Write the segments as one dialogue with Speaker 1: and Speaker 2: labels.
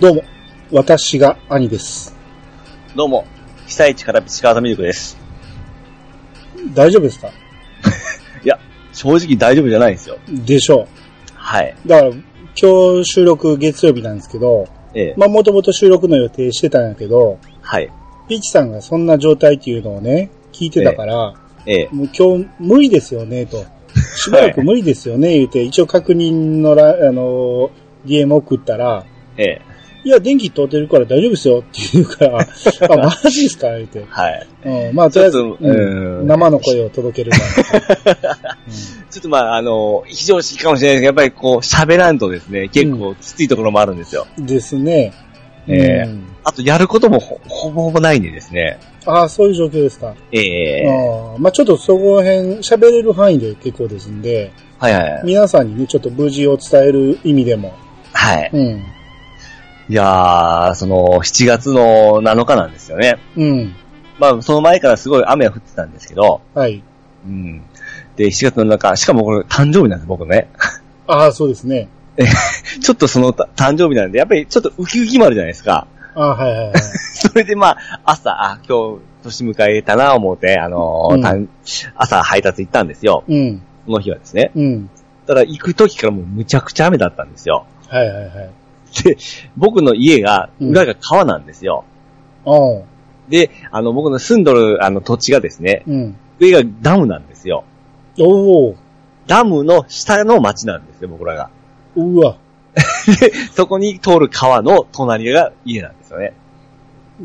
Speaker 1: どうも、私が兄です。
Speaker 2: どうも、被災地からピチカートミルクです。
Speaker 1: 大丈夫ですか
Speaker 2: 正直大丈夫じゃないんですよ。
Speaker 1: でしょ
Speaker 2: はい。
Speaker 1: う。だから、今日収録月曜日なんですけど、
Speaker 2: ええ。
Speaker 1: まあもともと収録の予定してたんやけど、
Speaker 2: はい。
Speaker 1: ピーチさんがそんな状態っていうのをね、聞いてたから、
Speaker 2: ええ。
Speaker 1: もう今日無理ですよね、と。しばらく無理ですよね、言うて、一応確認のら、あのー、DM 送ったら、
Speaker 2: ええ。
Speaker 1: いや、電気通ってるから大丈夫ですよって言う から、あ、マジですか言うて。
Speaker 2: はい。
Speaker 1: うん、まあと
Speaker 2: ち
Speaker 1: りあえ
Speaker 2: ょっ
Speaker 1: ず、
Speaker 2: と、
Speaker 1: うん
Speaker 2: うん。
Speaker 1: 生の声を届けるから。 うん
Speaker 2: ちょっとまあ、あの、非常識かもしれないですけど、やっぱりこう、喋らんとですね、結構きついところもあるんですよ。
Speaker 1: ですね。
Speaker 2: ええ
Speaker 1: うん
Speaker 2: あと、やることもほほぼほぼないんでですね。
Speaker 1: ああ、そういう状況ですか。
Speaker 2: え
Speaker 1: あ
Speaker 2: え。
Speaker 1: あまあちょっとそこら辺、喋れる範囲で結構ですんで、
Speaker 2: はいはい。
Speaker 1: 皆さんにね、ちょっと無事を伝える意味でも。
Speaker 2: はい。
Speaker 1: うん。
Speaker 2: いやー、その、7月の7日なんですよね。
Speaker 1: うん。
Speaker 2: まあ、その前からすごい雨が降ってたんですけど、
Speaker 1: はい。
Speaker 2: うん。で、7月の中、しかもこれ誕生日なんです、僕ね。
Speaker 1: ああ、そうですね。
Speaker 2: ちょっとそのた誕生日なんで、やっぱりちょっとウキウキもあるじゃないですか。
Speaker 1: ああ、はいはい はい。
Speaker 2: それでまあ、朝、あ、今日、年迎えたな、思うて、あのー
Speaker 1: うん
Speaker 2: たん朝配達行ったんですよ。
Speaker 1: うん。
Speaker 2: この日はですね。
Speaker 1: うん。
Speaker 2: ただ、行く時からもうむちゃくちゃ雨だったんですよ。
Speaker 1: はいはいはい。
Speaker 2: で、僕の家が、裏が川なんですよ。
Speaker 1: おう
Speaker 2: で、あの、僕の住んどる、あの、土地がですね、
Speaker 1: うん。
Speaker 2: 上がダムなんですよ。
Speaker 1: おお
Speaker 2: ダムの下の町なんですよ、僕らが。
Speaker 1: うわ。
Speaker 2: そこに通る川の隣が家なんですよね。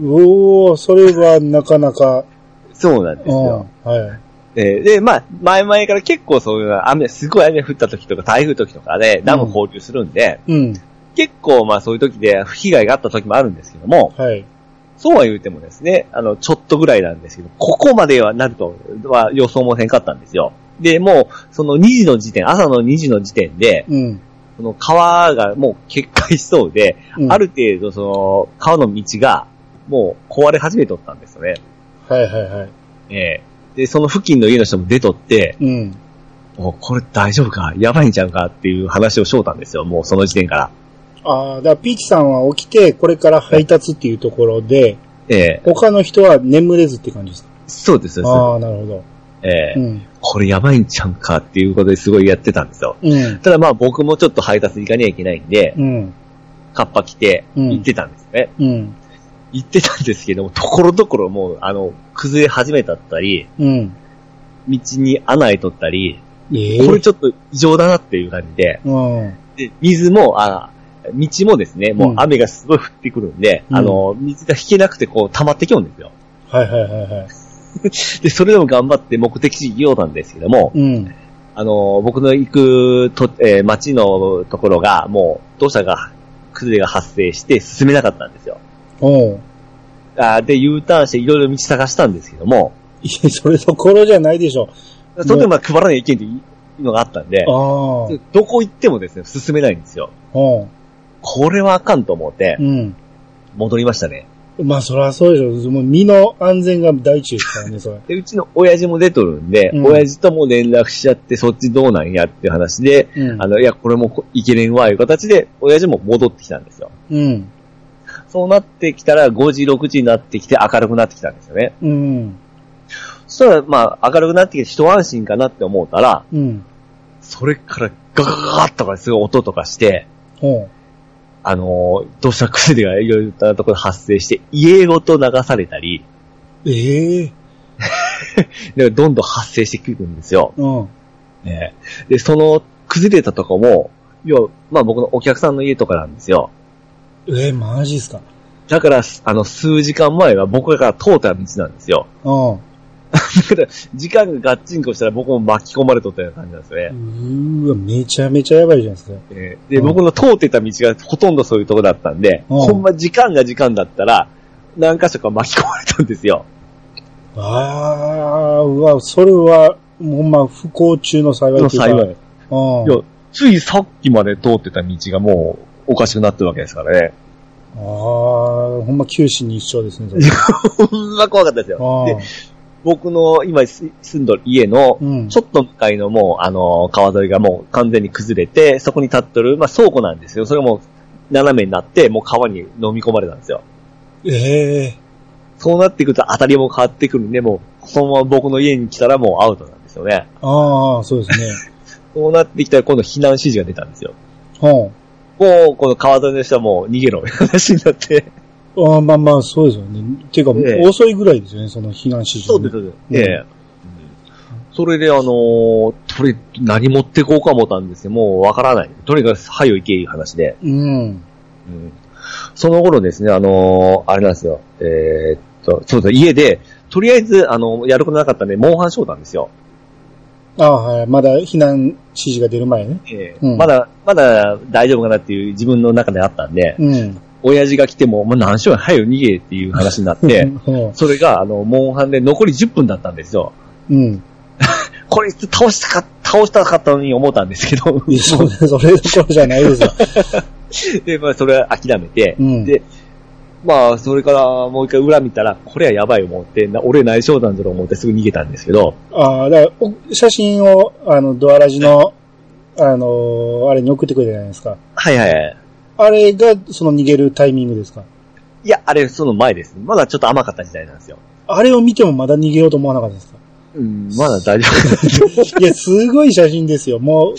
Speaker 1: おおそれはなかなか。
Speaker 2: そうなんです
Speaker 1: うん。
Speaker 2: よ。
Speaker 1: はい。
Speaker 2: えーで、まあ、前々から結構そういうのは雨、すごい雨降った時とか台風時とかでダム放流するんで、
Speaker 1: うん。
Speaker 2: 結構まあそういう時で被害があった時もあるんですけども、
Speaker 1: はい。
Speaker 2: そうは言うてもですね、あの、ちょっとぐらいなんですけど、ここまではなるとは予想もせんかったんですよ。で、もう、その2時の時点、朝の2時の時点で、
Speaker 1: うん。
Speaker 2: その川がもう決壊しそうで、
Speaker 1: うん
Speaker 2: ある。程度その川の道がもう壊れ始めとったんですよね。
Speaker 1: はいはいはい。
Speaker 2: えーで、その付近の家の人も出とって、
Speaker 1: うん。
Speaker 2: もうこれ大丈夫かやばいんちゃうかっていう話をしょうたんですよ、もうその時点から。
Speaker 1: ああ、だからピーチさんは起きて、これから配達っていうところで、
Speaker 2: ええ
Speaker 1: 他の人は眠れずって感じですか
Speaker 2: そうです、そ
Speaker 1: ああ、なるほど。
Speaker 2: うです。ええ
Speaker 1: うん。
Speaker 2: これやばいんちゃうかっていうことですごいやってたんですよ。
Speaker 1: うん。
Speaker 2: ただまあ僕もちょっと配達行かにゃいけないんで、
Speaker 1: うん。
Speaker 2: カッパ着て
Speaker 1: うん
Speaker 2: 行ってたんですね。
Speaker 1: うん。
Speaker 2: 行ってたんですけども、ところどころもう、あの、崩れ始めたったり、
Speaker 1: うん。
Speaker 2: 道に穴開いとったり、
Speaker 1: ええ
Speaker 2: これちょっと異常だなっていう感じで、
Speaker 1: うん。
Speaker 2: で水も、あ道もですね、もう雨がすごい降ってくるんで、
Speaker 1: うん
Speaker 2: あの、水が引けなくてこう溜まってきょんですよ。
Speaker 1: はいはいはいはい。
Speaker 2: で、それでも頑張って目的地行おうなんですけども、
Speaker 1: うん。
Speaker 2: あの、僕の行くと、えー町のところが、もう、土砂が、崩れが発生して進めなかったんですよ。
Speaker 1: おう
Speaker 2: あーで、U ターンしていろいろ道探したんですけども、
Speaker 1: いや、それどころじゃないでしょ。
Speaker 2: それでもまあ配らない意見っていうのがあったんで、
Speaker 1: ああ。
Speaker 2: どこ行ってもですね、進めないんですよ。
Speaker 1: おう
Speaker 2: これはあかんと思って
Speaker 1: う、ん。
Speaker 2: 戻りましたね。
Speaker 1: まあ、そりゃそうでしょ。もう身の安全が第一ですからね、それ。
Speaker 2: で、うちの親父も出とるんで、
Speaker 1: うん
Speaker 2: 親父とも連絡しちゃって、そっちどうなんやっていう話で、
Speaker 1: うん
Speaker 2: あ。の、いや、これもこいけれんわ、いう形で、親父も戻ってきたんですよ。
Speaker 1: うん。
Speaker 2: そうなってきたら、5時、6時になってきて、明るくなってきたんですよね。
Speaker 1: うん。
Speaker 2: そしたら、まあ、明るくなってきて、一安心かなって思ったら、
Speaker 1: うん。
Speaker 2: それから、ガガガガッとか、すごい音とかして、
Speaker 1: おう
Speaker 2: あのー、土砂崩れがいろいろなところで発生して、家ごと流されたり、
Speaker 1: ええ
Speaker 2: でどんどん発生してくるんですよ。
Speaker 1: うん。
Speaker 2: ねで、その、崩れたとこも、要は、まあ僕のお客さんの家とかなんですよ。
Speaker 1: ええマジっすか。
Speaker 2: だから、あの、数時間前は僕が通った道なんですよ。
Speaker 1: うん。
Speaker 2: だから、時間がガッチンコしたら僕も巻き込まれとったような感じなんですよね
Speaker 1: う。ーわ、めちゃめちゃやばいじゃないですか。
Speaker 2: えーで、
Speaker 1: うん
Speaker 2: 僕の通ってた道がほとんどそういうとこだったんで、
Speaker 1: うん
Speaker 2: ほんま時間が時間だったら、何箇所か巻き込まれたんで すよ。
Speaker 1: ああ、うわ、それは、もうほんま不幸中の幸いというか。
Speaker 2: 幸い。い
Speaker 1: うん
Speaker 2: や、ついさっきまで通ってた道がもうおかしくなってるわけですから ね。
Speaker 1: ああ、ほんま九死に一生ですね、それ
Speaker 2: いやほんま怖かったですよ。で、
Speaker 1: あ
Speaker 2: 僕の今す住んどる家の
Speaker 1: ー、うん。
Speaker 2: ちょっと向かいのもう、あの、川沿いがもう完全に崩れて、そこに立っとる、まあ倉庫なんですよ。それも斜めになって、もう川に飲み込まれたんですよ。
Speaker 1: ええ
Speaker 2: そうなってくると当たりも変わってくるんで、もう、そのまま僕の家に来たらもうアウトなんですよね。
Speaker 1: ああ、そうですね。
Speaker 2: そうなってきたら今度避難指示が出たんですよ。
Speaker 1: うん。
Speaker 2: もう、この川沿いの人はもう逃げろ、話になって。
Speaker 1: あーまあまあ、そうですよね。ていうか、
Speaker 2: ええ
Speaker 1: 遅いぐらいですよね、その避難指示、ね。
Speaker 2: そうです。ええ。うんそれで、あのーとり、何持ってこうか思ったんですけど、もうわからない。とにかく、はよ行け、いう話で。
Speaker 1: うん。
Speaker 2: うんその頃ですね、あのーあれなんですよ。えーっと、そうそう、家で、とりあえず、あの、やることなかったんで、モンハンしようなんですよ。
Speaker 1: ああ、はい。まだ避難指示が出る前ね。
Speaker 2: ええ
Speaker 1: うん
Speaker 2: まだ、まだ大丈夫かなっていう自分の中であったんで、
Speaker 1: うん。
Speaker 2: 親父が来ても、もう何しよう、早く逃げっていう話になって、
Speaker 1: うん
Speaker 2: それが、あの、モンハンで残り10分だったんですよ。
Speaker 1: うん。
Speaker 2: これ、倒したか、倒したかったのに思ったんですけど、
Speaker 1: いや、それ、それどころじゃないですよ。
Speaker 2: で、まあ、それは諦めて、
Speaker 1: うん
Speaker 2: で、まあ、それからもう一回裏見たら、これはやばい思って、な俺内緒なんだろう思ってすぐ逃げたんですけど、
Speaker 1: ああ、だから、お写真を、あの、ドアラジの、あのーあれに送ってくれたじゃないですか。
Speaker 2: はいはいはい。
Speaker 1: あれが、その逃げるタイミングですか。
Speaker 2: いや、あれ、その前です。まだちょっと甘かった時代なんですよ。
Speaker 1: あれを見てもまだ逃げようと思わなかったですか。
Speaker 2: うん、まだ大丈夫。
Speaker 1: いや、すごい写真ですよ。もう、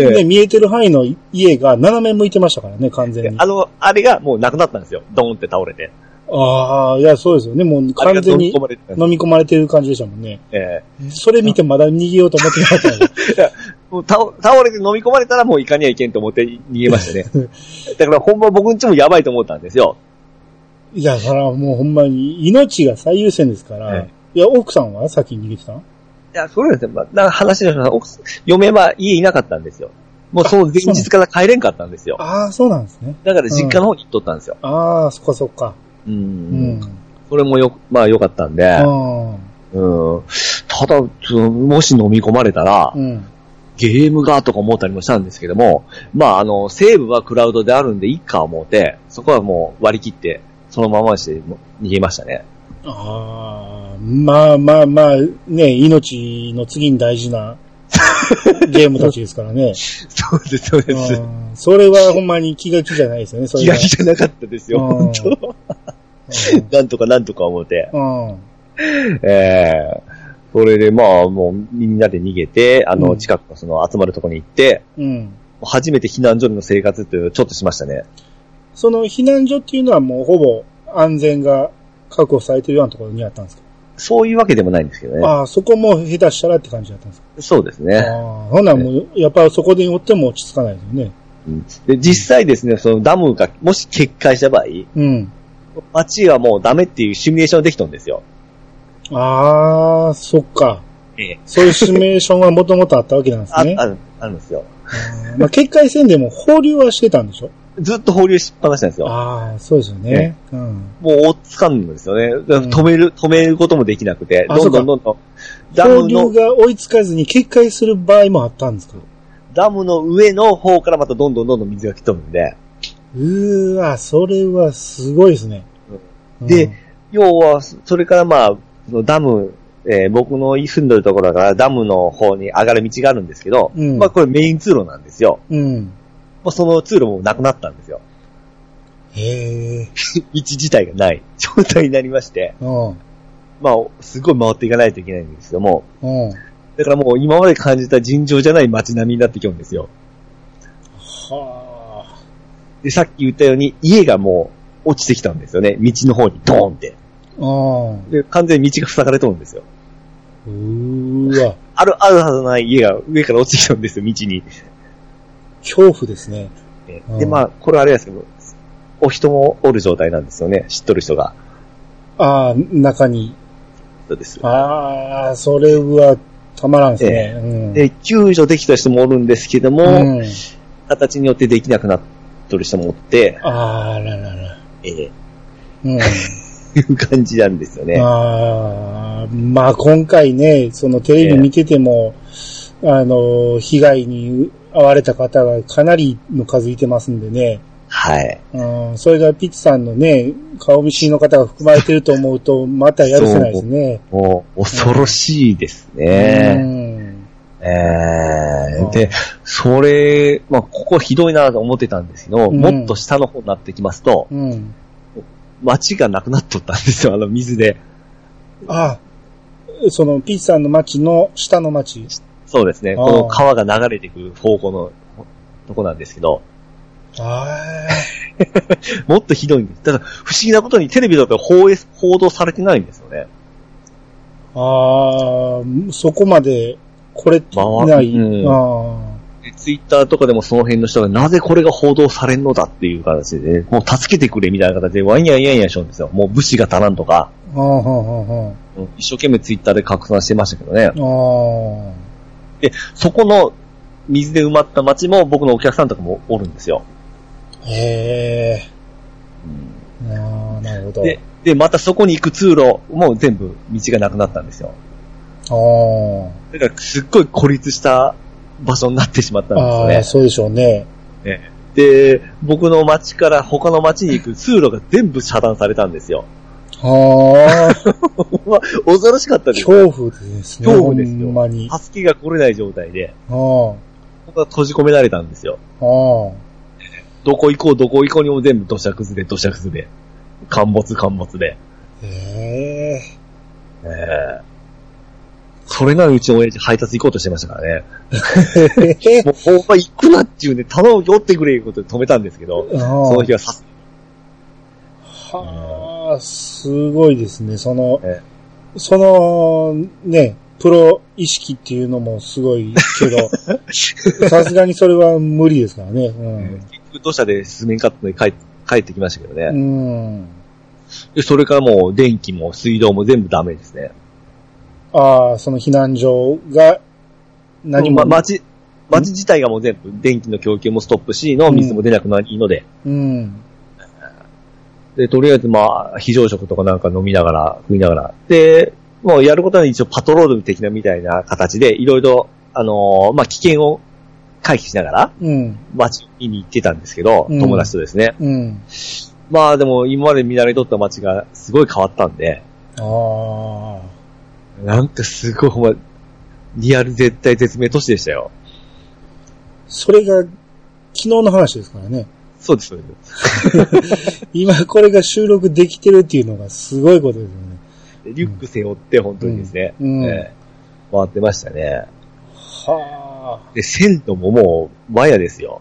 Speaker 2: ええ
Speaker 1: ね、見えてる範囲の家が斜め向いてましたからね、完全に。
Speaker 2: あの、あれがもうなくなったんですよ。ドーンって倒れて。
Speaker 1: ああ、いや、そうですよね。もう
Speaker 2: あれ
Speaker 1: 完
Speaker 2: が
Speaker 1: 全
Speaker 2: 飲
Speaker 1: に
Speaker 2: み込まれてたんで
Speaker 1: 飲み込まれてる感じでしたもんね。
Speaker 2: すえ
Speaker 1: それ見てまだ逃げようと思ってなかったのに
Speaker 2: えもう倒倒れて飲み込まれたらもういかにはいけんと思って逃げました ね。だからほんま僕んちもやばいと思ったんですよ。
Speaker 1: いや、それはもうほんまに命が最優先ですから。
Speaker 2: はい
Speaker 1: いや、奥さんは先に逃げてたん
Speaker 2: いや、そうなんですよ。まあ、なんか話の奥さん嫁は家いなかったんですよ。もうその前日から帰れんかったんですよ。
Speaker 1: ああ、そうなんですね。
Speaker 2: だから実家の方に行っとったんですよ。
Speaker 1: ああ、そっかそっか。
Speaker 2: う
Speaker 1: うんん。。
Speaker 2: それもよ、まあ良かったんで。
Speaker 1: うん。
Speaker 2: うん。ただ、そのもし飲み込まれたら、
Speaker 1: うん。
Speaker 2: ゲームがとか思ったりもしたんですけども、まあ、あの、セーブはクラウドであるんで、いっか思うて、そこはもう割り切って、そのままにして逃げましたね。
Speaker 1: ああ、まあまあまあ、ね、命の次に大事 なゲームたちですからね。
Speaker 2: そうです、そうで
Speaker 1: う
Speaker 2: す。
Speaker 1: んそれはほんまに気が気じゃないですよね、それ
Speaker 2: 気
Speaker 1: が
Speaker 2: が気じゃなかったですよ、
Speaker 1: うん
Speaker 2: 本当。 なんとかなんとか思うて。
Speaker 1: うんうん。
Speaker 2: ええそれでまあ、もうみんなで逃げて、あ
Speaker 1: う
Speaker 2: の、
Speaker 1: ん
Speaker 2: 近くのその集まるとこに行って、
Speaker 1: うん。
Speaker 2: 初めて避難所での生活っていうのをちょっとしましたね。
Speaker 1: その避難所っていうのはもうほぼ安全が確保されてるようなところにあったんですか、
Speaker 2: そういうわけでもないんですけどね。
Speaker 1: ああ、そこも下手したらって感じだったんですか
Speaker 2: そうですね。
Speaker 1: ああ、ほんならもう、やっぱそこで寄っても落ち着かないですよね。
Speaker 2: うんで実際ですね、そのダムがもし決壊した場合、
Speaker 1: うん。
Speaker 2: 街はもうダメっていうシミュレーションできたんですよ。
Speaker 1: ああ、そっか。
Speaker 2: ええ。
Speaker 1: そういうシミュレーションはもともとあったわけなんです
Speaker 2: あ、
Speaker 1: ね。
Speaker 2: ある、あるんですよ。
Speaker 1: あーまあ、決壊戦でも放流はしてたんでしょ
Speaker 2: ずっと放流しっぱなしなんですよ。
Speaker 1: ああ、そうですよね。うん。
Speaker 2: もう追っつかんのですよね。だから止める、止めることもできなくて、
Speaker 1: あ
Speaker 2: どんどんどんどん、ダ
Speaker 1: 放
Speaker 2: ム
Speaker 1: 流
Speaker 2: の、
Speaker 1: が追いつかずに決壊する場合もあったんですか
Speaker 2: ダムの上の方からまたどんどんどんどん水が来とるんで、
Speaker 1: うーわ、それはすごいですね。
Speaker 2: で要は、それからまあ、そのダム、えー僕の住んでるところだからダムの方に上がる道があるんですけど、
Speaker 1: うん
Speaker 2: まあこれメイン通路なんですよ。
Speaker 1: うん、うん。
Speaker 2: まあその通路もなくなったんですよ。
Speaker 1: へえ。
Speaker 2: 道自体がない状態になりまして、
Speaker 1: うん。
Speaker 2: まあ、すごい回っていかないといけないんですけども、
Speaker 1: うん。は
Speaker 2: だからもう今まで感じた尋常じゃない街並みになってきるんですよ。
Speaker 1: あ。
Speaker 2: で、さっき言ったように家がもう落ちてきたんですよね。道の方にドーンって。
Speaker 1: うん。
Speaker 2: で、完全に道が塞がれとるんですよ。
Speaker 1: うーわ。
Speaker 2: ある、あるはずない家が上から落ちてきたんですよ、道に。
Speaker 1: 恐怖ですね。
Speaker 2: で
Speaker 1: うん
Speaker 2: で、まあ、これあれですけど、お人もおる状態なんですよね。知っとる人が。
Speaker 1: ああ、中に。
Speaker 2: そうです。
Speaker 1: ああ、それはたまらんですね。うん。
Speaker 2: で、救助できた人もおるんですけども、
Speaker 1: うん、
Speaker 2: 形によってできなくなっとる人もおって、
Speaker 1: ああららら。
Speaker 2: えー
Speaker 1: うん。
Speaker 2: いう感じなんですよね。
Speaker 1: ああ、まあ今回ね、そのテレビ見てても、あの、被害に遭われた方がかなりの数いてますんでね。
Speaker 2: はい。
Speaker 1: うん、それがピッツさんのね、顔見知りの方が含まれてると思うと、またやるせないですね。
Speaker 2: もう、恐ろしいですね。
Speaker 1: うん
Speaker 2: ええ
Speaker 1: うん
Speaker 2: ー、で、それ、まあ、ここひどいなと思ってたんですけど、
Speaker 1: うん
Speaker 2: もっと下の方になってきますと、
Speaker 1: うん。
Speaker 2: 街がなくなっとったんですよ、あの水で。
Speaker 1: あその、ピッチさんの町の下の町。
Speaker 2: そうです
Speaker 1: あ
Speaker 2: ね、
Speaker 1: ー
Speaker 2: この川が流れてくる方向のとこなんですけど、
Speaker 1: あ
Speaker 2: もっとひどいんです。ただから、不思議なことにテレビだと放映報道されてないんですよね。
Speaker 1: あ。ああ、そこまで、これってない。
Speaker 2: 回うん
Speaker 1: あ
Speaker 2: でツイッターとかでもその辺の人がなぜこれが報道されんのだっていう形で、もう助けてくれみたいな形でワイヤイヤイヤしようんですよ。もう武士が足らんとか、
Speaker 1: あ。ああ、はんはんはん
Speaker 2: うん一生懸命ツイッターで拡散してましたけどね。
Speaker 1: ああ。
Speaker 2: そこの水で埋まった町も僕のお客さんとかもおるんですよ。
Speaker 1: へえ。ああ、なるほど。
Speaker 2: で、で、またそこに行く通路も全部道がなくなったんですよ。
Speaker 1: あ
Speaker 2: だからすっごい孤立した場所になってしまった
Speaker 1: あ。
Speaker 2: んですよ
Speaker 1: あ
Speaker 2: ね
Speaker 1: あ、。そうでしょうね。
Speaker 2: で、僕の町から他の町に行く通路が全部遮断されたんですよ。
Speaker 1: ああ、
Speaker 2: 恐ろしかったですよ。
Speaker 1: 恐怖ですね。
Speaker 2: 恐怖ですよ
Speaker 1: ほんまに。あ
Speaker 2: 助けが来れない状態で、
Speaker 1: あ、
Speaker 2: 僕は閉じ込められたんですよ。
Speaker 1: あ
Speaker 2: どこ行こう、どこ行こうにも全部土砂崩れ、土砂崩れ。陥没、陥没で。
Speaker 1: あ。へえ。
Speaker 2: ええそれならうちの親父配達行こうとしてましたからね。 もうほんま行くなっていうね、頼むよってくれいうことで止めたんですけど、その日はさす
Speaker 1: はあ、すごいですね。その
Speaker 2: え、
Speaker 1: その、ね、プロ意識っていうのもすごいけど、 さすがにそれは無理ですからね。
Speaker 2: 結局土砂で進めんかったので帰っ帰ってきましたけど
Speaker 1: う
Speaker 2: ね。
Speaker 1: ん。うん。
Speaker 2: でそれからもう電気も水道も全部ダメですね。
Speaker 1: ああ、その避難所が何も。
Speaker 2: ま、町、町自体がもう全部電気の供給もストップし、の水も出なくなりいいので、
Speaker 1: うん。
Speaker 2: で、とりあえずまあ、非常食とかなんか飲みながら、食いながら。で、もうやることは一応パトロール的なみたいな形で、いろいろ、あのーまあ、危険を回避しながら、
Speaker 1: うん。
Speaker 2: 街に行ってたんですけど、
Speaker 1: うん
Speaker 2: 友達とですね。
Speaker 1: うん。
Speaker 2: まあでも、今まで見慣れとった街がすごい変わったんで、
Speaker 1: ああ。
Speaker 2: なんかすごいほんま、リアル絶対絶命都市でしたよ。
Speaker 1: それが昨日の話ですからね。
Speaker 2: そうです、そうです。
Speaker 1: 今これが収録できてるっていうのがすごいことですよね。
Speaker 2: リュック背負って本当にですね、
Speaker 1: うん。
Speaker 2: ええ回ってましたね。
Speaker 1: はあ。
Speaker 2: で、線路ももう、ワヤですよ。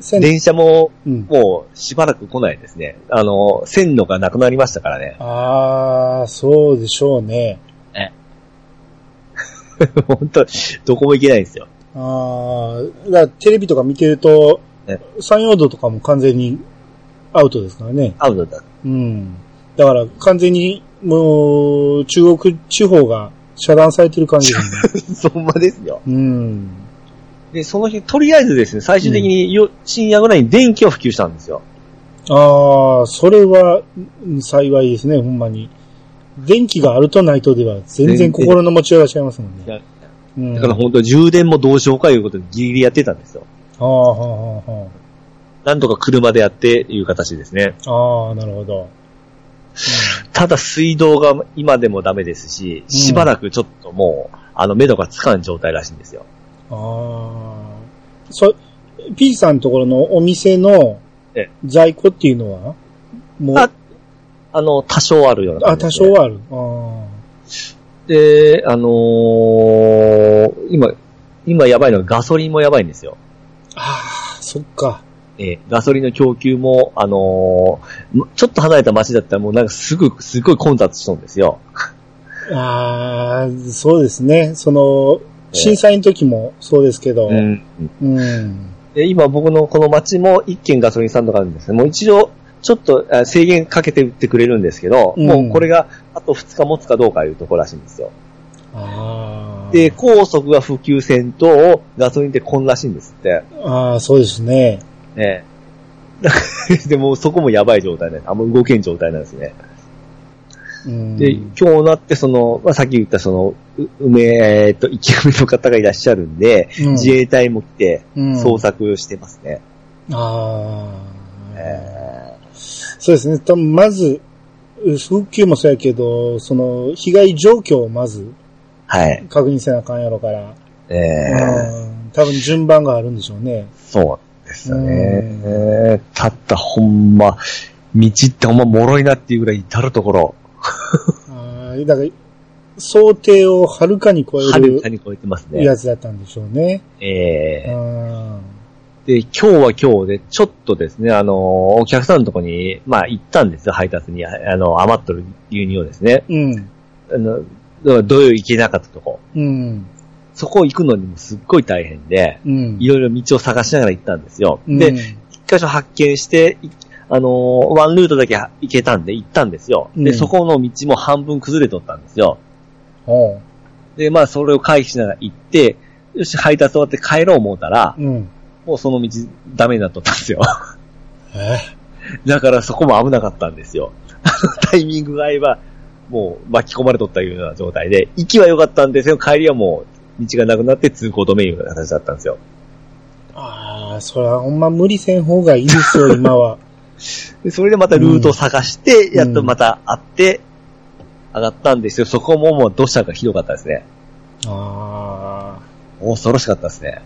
Speaker 1: せん
Speaker 2: 電車も、
Speaker 1: うん。
Speaker 2: もう、しばらく来ないですね。あの、線路がなくなりましたからね。
Speaker 1: ああ、そうでしょうね。
Speaker 2: 本当どこも行けないんですよ。
Speaker 1: ああ、だからテレビとか見てると
Speaker 2: え、
Speaker 1: 山陽道とかも完全にアウトですからね。
Speaker 2: アウトだ。
Speaker 1: うん。だから完全にもう中国地方が遮断されてる 感じですね。
Speaker 2: そんまですよ。
Speaker 1: うん。
Speaker 2: で、その日、とりあえずですね、最終的によ、深夜ぐらいに電気を普及したんですよ。
Speaker 1: ああ、それはうん幸いですね、ほんまに。電気があるとないとでは全然
Speaker 2: 全然
Speaker 1: 心の持ちようが違いますもん
Speaker 2: いや
Speaker 1: ね。うん、
Speaker 2: だから
Speaker 1: あ
Speaker 2: 本当充電もどうしようかいうことでギリギリやってたんですよ。
Speaker 1: あ、はあ、は
Speaker 2: なんとか車でやっていう形ですね。
Speaker 1: あ、はあ。ああ、なるほど。
Speaker 2: ただ水道が今でもダメですし、しばらくちょっともう、あの、目処がつかん状態らしいんですよ。
Speaker 1: ああ。そ、P さんのところのお店の
Speaker 2: ええ
Speaker 1: 在庫っていうのはもう、
Speaker 2: ああの、多少あるような
Speaker 1: あ、
Speaker 2: 感じ
Speaker 1: 多少
Speaker 2: ですね、
Speaker 1: はある。あ
Speaker 2: で、あのー今、今やばいのはガソリンもやばいんですよ。
Speaker 1: あ。ああ、そっか。
Speaker 2: えーガソリンの供給も、あのーちょっと離れた町だったらもうなんかすぐ、すごい混雑しとんですよ。
Speaker 1: ああ、そうですね。その、
Speaker 2: え
Speaker 1: 震災の時もそうですけど、
Speaker 2: うん。
Speaker 1: うん。
Speaker 2: で、今僕のこの町も一軒ガソリンスタンドがあるんですね。もう一応、ちょっとあ制限かけて売ってくれるんですけど、
Speaker 1: うん
Speaker 2: もうこれがあと2日持つかどうかいうところらしいんですよ。
Speaker 1: ああ。
Speaker 2: で、高速が普及戦闘、ガソリンってこんらしいんですって。
Speaker 1: ああ、そうですね。
Speaker 2: ねだから でもそこもやばい状態ね。あんま動けん状態なんですね。
Speaker 1: うん、
Speaker 2: で、今日なってその、まあ、さっき言ったその、う梅、えーっと、生き埋めの方がいらっしゃるんで、
Speaker 1: うん
Speaker 2: 自衛隊も来て、
Speaker 1: うん
Speaker 2: 捜索してますね。
Speaker 1: ああ、
Speaker 2: え
Speaker 1: そうですね。多分まず、復旧もそうやけど、その、被害状況をまず
Speaker 2: ーはい。
Speaker 1: 確認せなあかんやろから。
Speaker 2: ええ
Speaker 1: うん多分順番があるんでしょうね。
Speaker 2: そうなんですよね。たったほんま、道ってほんま脆いなっていうぐらい至るところ、
Speaker 1: あーだから、想定をはるかに超え
Speaker 2: はる
Speaker 1: る
Speaker 2: かに超えてますね
Speaker 1: や。つだったんでしょうね。
Speaker 2: ええ
Speaker 1: うん
Speaker 2: で、今日は今日で、ちょっとですね、あの、お客さんのとこに、まあ行ったんですよ、配達に。ああの、余っとる牛乳をですね。
Speaker 1: うん。
Speaker 2: あの、だからどういう行けなかったとこ。
Speaker 1: うん。
Speaker 2: そこ行くのにもすっごい大変で、
Speaker 1: うん。
Speaker 2: いろいろ道を探しながら行ったんですよ。
Speaker 1: うん
Speaker 2: で、、一箇所発見して、いあのーワンルートだけ行けたんで行ったんですよ。
Speaker 1: う
Speaker 2: で、
Speaker 1: ん
Speaker 2: そこの道も半分崩れとったんですよ。
Speaker 1: おう
Speaker 2: で、まあ、それを回避しながら行って、よし、配達終わって帰ろう思うたら、
Speaker 1: うん。
Speaker 2: もうその道ダメになっとったんですよ。
Speaker 1: え
Speaker 2: だからそこも危なかったんですよ。 あのタイミングが合えば、もう巻き込まれとったような状態で、行きは良かったんですよ。帰りはもう道がなくなって通行止めいうような形だったんですよ。
Speaker 1: ああ、そらほんま無理せん方がいいです よ、今は。
Speaker 2: で、それでまたルートを探して、やっとまた会って、上がったんですよ。そこももう土砂がひどかったですね。
Speaker 1: ああ。
Speaker 2: 恐ろしかったですね。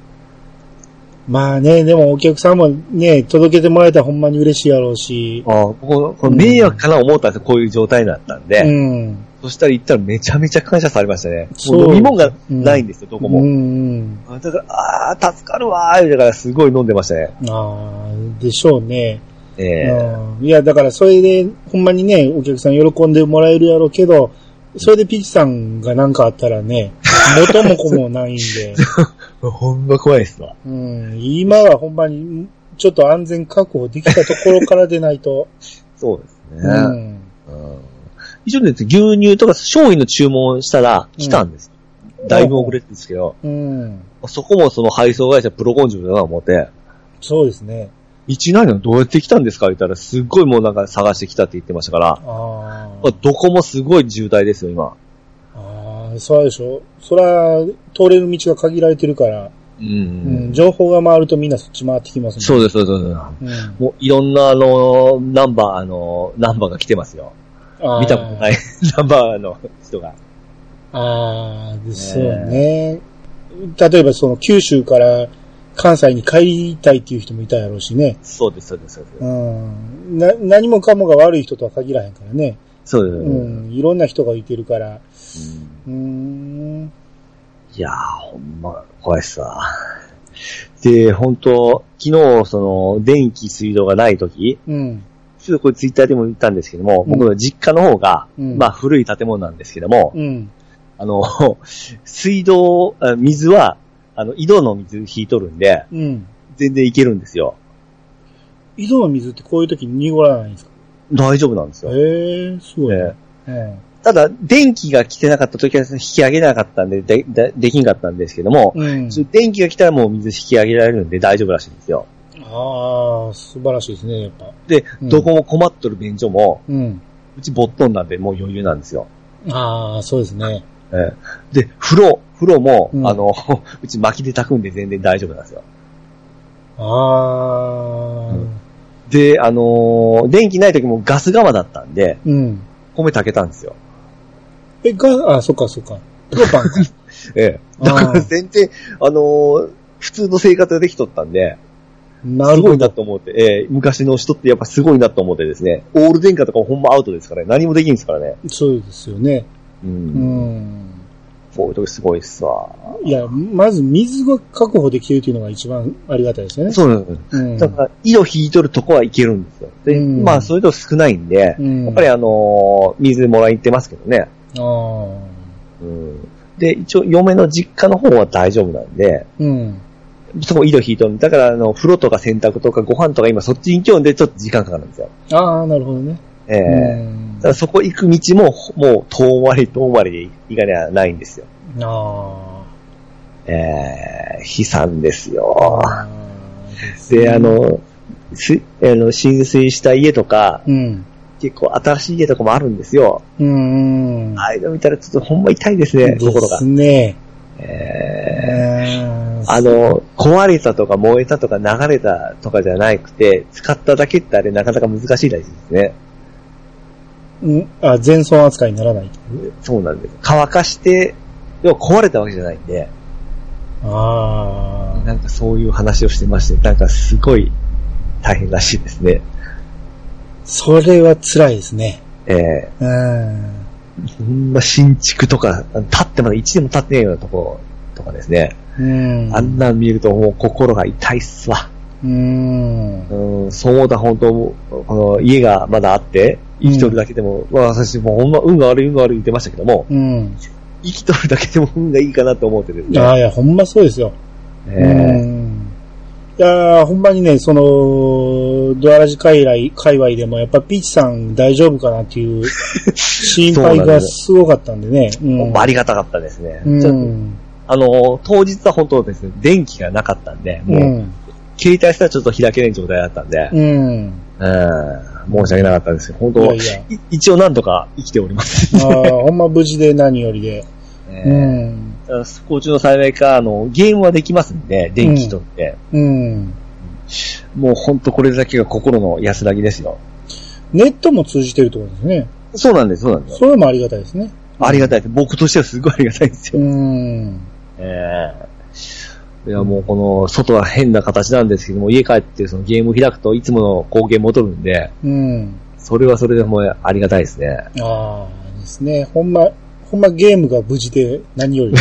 Speaker 1: まあね、でもお客さんもね、届けてもらえたらほんまに嬉しいやろうし。
Speaker 2: ああ、ここ迷惑かな思ったんですよ。こういう状態になったんで。
Speaker 1: うん。
Speaker 2: そしたら行ったらめちゃめちゃ感謝されましたね。
Speaker 1: そう
Speaker 2: もう飲み物がないんですよ、どこ
Speaker 1: うん
Speaker 2: も。
Speaker 1: うん。
Speaker 2: あだから、ああ、助かるわー、だからすごい飲んでましたね。
Speaker 1: ああ、でしょうね。
Speaker 2: ええ
Speaker 1: うんいや、だからそれで、ほんまにね、お客さん喜んでもらえるやろうけど、それでピチさんがなんかあったらね、元も子もないん で、
Speaker 2: ほんま怖いですわ。
Speaker 1: うん、今はほんまに、ちょっと安全確保できたところからでないと、
Speaker 2: そうです ね。
Speaker 1: うん、
Speaker 2: うん一応ですね、牛乳とか商品の注文をしたら来たんです。だいぶ遅れてるんですけど、
Speaker 1: うん、
Speaker 2: そこもその配送会社プロコンジュルだな思って、
Speaker 1: そうですね。
Speaker 2: 一何のどうやって来たんですか言ったら、すっごいもうなんか探してきたって言ってましたから、
Speaker 1: あ
Speaker 2: まあどこもすごい渋滞ですよ、今。
Speaker 1: あ、ああ、そうでしょ。そら、通れる道が限られてるから、
Speaker 2: うん
Speaker 1: うん、情報が回るとみんなそっち回ってきますもんね。
Speaker 2: そうです、そうです、そうです。
Speaker 1: うん
Speaker 2: もういろんなあの、ナンバー、あの、ナンバーが来てますよ。
Speaker 1: ああ
Speaker 2: 見たことない ナンバーの人が。
Speaker 1: ああ、ですよね。例えばその九州から関西に帰りたいっていう人もいたやろうしね。
Speaker 2: そうです、そうです、そうです
Speaker 1: う。ん。な、何もかもが悪い人とは限らへんからね。
Speaker 2: そうです。
Speaker 1: うん。いろんな人がいてるから。う
Speaker 2: うん
Speaker 1: ーん。
Speaker 2: いやー、ほんま、怖いっすわ。で、本当昨日、その、電気、水道がない時、
Speaker 1: うん。
Speaker 2: ちょっとこれツイッターでも言ったんですけども、
Speaker 1: うん
Speaker 2: 僕の実家の方が、
Speaker 1: うん
Speaker 2: まあ古い建物なんですけども、
Speaker 1: うん。
Speaker 2: あの、 水道、あ水は、あの、井戸の水引いとるんで、
Speaker 1: うん。
Speaker 2: 全然いけるんですよ。
Speaker 1: 井戸の水ってこういう時に濁らないんですか
Speaker 2: 大丈夫なんです
Speaker 1: へえ
Speaker 2: よ。
Speaker 1: ー、すごいね。
Speaker 2: えただ、電気が来てなかった時は引き上げなかったんで、で、でできんかったんですけども、
Speaker 1: うん。うん。
Speaker 2: 電気が来たらもう水引き上げられるんで大丈夫らしいんですよ。
Speaker 1: ああ、素晴らしいですね、やっぱ。
Speaker 2: で、
Speaker 1: うん
Speaker 2: どこも困っとる便所も、
Speaker 1: うん。
Speaker 2: うちボットンなんでもう余裕なんですよ。
Speaker 1: ああ、そうですね。
Speaker 2: ええで、風呂、風呂も、
Speaker 1: うん
Speaker 2: あの、 うち薪で炊くんで全然大丈夫なんですよ。
Speaker 1: ああ、
Speaker 2: で、あのー電気ない時もガス釜だったんで、
Speaker 1: うん。
Speaker 2: 米炊けたんですよ。
Speaker 1: え、が、あ、そっかそっか。プロパンか。
Speaker 2: ええ。 だから全然、あのー普通の生活ができとったんで、
Speaker 1: な
Speaker 2: す
Speaker 1: る
Speaker 2: ご
Speaker 1: ほ
Speaker 2: いな
Speaker 1: ど。
Speaker 2: と思って、ええ昔の人ってやっぱすごいなと思ってですね、オール電化とかもほんまアウトですからね、何もできんですからね。
Speaker 1: そうですよね。
Speaker 2: う。
Speaker 1: うんん。
Speaker 2: こういう時すごいっすわ。
Speaker 1: いや、まず水が確保できてるというのが一番ありがたいですよね。
Speaker 2: そうなんです。
Speaker 1: うん。
Speaker 2: だから、井戸引いとるとこはいけるんですよ。で、
Speaker 1: うん
Speaker 2: まあ、そういうとこ少ないんで、
Speaker 1: うん
Speaker 2: やっぱりあのー水もらいに行ってますけどね。
Speaker 1: ああ。
Speaker 2: うん。で、一応、嫁の実家の方は大丈夫なんで、
Speaker 1: うん。
Speaker 2: そこ井戸引いとるんでだから、あの、風呂とか洗濯とかご飯とか今そっちに行きよんで、ちょっと時間かかるんですよ。
Speaker 1: ああ、なるほどね。
Speaker 2: ええ
Speaker 1: うん
Speaker 2: だからそこ行く道も、もう、遠回り遠回りで行かにはないんですよ。
Speaker 1: あ
Speaker 2: ええ悲惨です
Speaker 1: あ。
Speaker 2: よ。
Speaker 1: ああ
Speaker 2: で、あ、の、す、あの、浸水した家とか、
Speaker 1: うん。
Speaker 2: 結構新しい家とかもあるんですよ。
Speaker 1: うん。うん。
Speaker 2: ああいうの見たらちょっとほんま痛いですね、
Speaker 1: で
Speaker 2: 心が
Speaker 1: す。ね。
Speaker 2: え
Speaker 1: え
Speaker 2: ーあ、の、壊れたとか燃えたとか流れたとかじゃなくて、使っただけってあれなかなか難しいらしいですね。
Speaker 1: うんあ、全損扱いにならない。
Speaker 2: そうなんです。乾かして、要は壊れたわけじゃないんで、
Speaker 1: ああ。
Speaker 2: なんかそういう話をしてまして、なんかすごい大変らしいですね。
Speaker 1: それは辛いですね。
Speaker 2: ええ
Speaker 1: うん。
Speaker 2: そんな新築とか、立ってまだ1年も経ってないようなところとかですね。
Speaker 1: うん。
Speaker 2: あんなん見るともう心が痛いっすわ。
Speaker 1: うん。
Speaker 2: うん、そう思うたら本当、この家がまだあって、生きとるだけでも、まあ私もうほんま運が悪い運が悪い言ってましたけども、
Speaker 1: うん。
Speaker 2: 生きとるだけでも運がいいかなと思ってですね。
Speaker 1: ああ、いや、ほんまそうですよ。
Speaker 2: え
Speaker 1: う
Speaker 2: え
Speaker 1: ん。いやーほんまにね、その、ドアラジ界隈界隈でも、やっぱピーチさん大丈夫かなっていう心配がすごかったんでね。う
Speaker 2: ほん
Speaker 1: ん
Speaker 2: まありがたかったですね。
Speaker 1: う
Speaker 2: ちょっと
Speaker 1: ん。
Speaker 2: あの、当日は本当ですね、電気がなかったんで、
Speaker 1: う
Speaker 2: もう、
Speaker 1: ん。
Speaker 2: 携帯したらちょっと開けない状態だったんで、
Speaker 1: うん。
Speaker 2: うん、申し訳なかったんですけど、本
Speaker 1: いや
Speaker 2: 当
Speaker 1: いや。
Speaker 2: い一応なんとか生きております。
Speaker 1: ああ、ほんま無事で何よりで。
Speaker 2: え
Speaker 1: う
Speaker 2: ー
Speaker 1: ん。
Speaker 2: 不幸中の幸いか、あの、ゲームはできますんで、電気とって。
Speaker 1: うん。
Speaker 2: もう本当これだけが心の安らぎですよ。
Speaker 1: ネットも通じてるってことですね。
Speaker 2: そうなんです、そうなんですよ。
Speaker 1: それもありがたいですね。
Speaker 2: ありがたいです。僕としてはすごいありがたいです
Speaker 1: う
Speaker 2: よ。
Speaker 1: ん。
Speaker 2: ええいや、もうこの、外は変な形なんですけども、家帰ってそのゲーム開くといつもの光景戻るんで、
Speaker 1: うん。
Speaker 2: それはそれでもうありがたいですね。
Speaker 1: ああ、ですね。ほんま、ほんまゲームが無事で何 より。
Speaker 2: い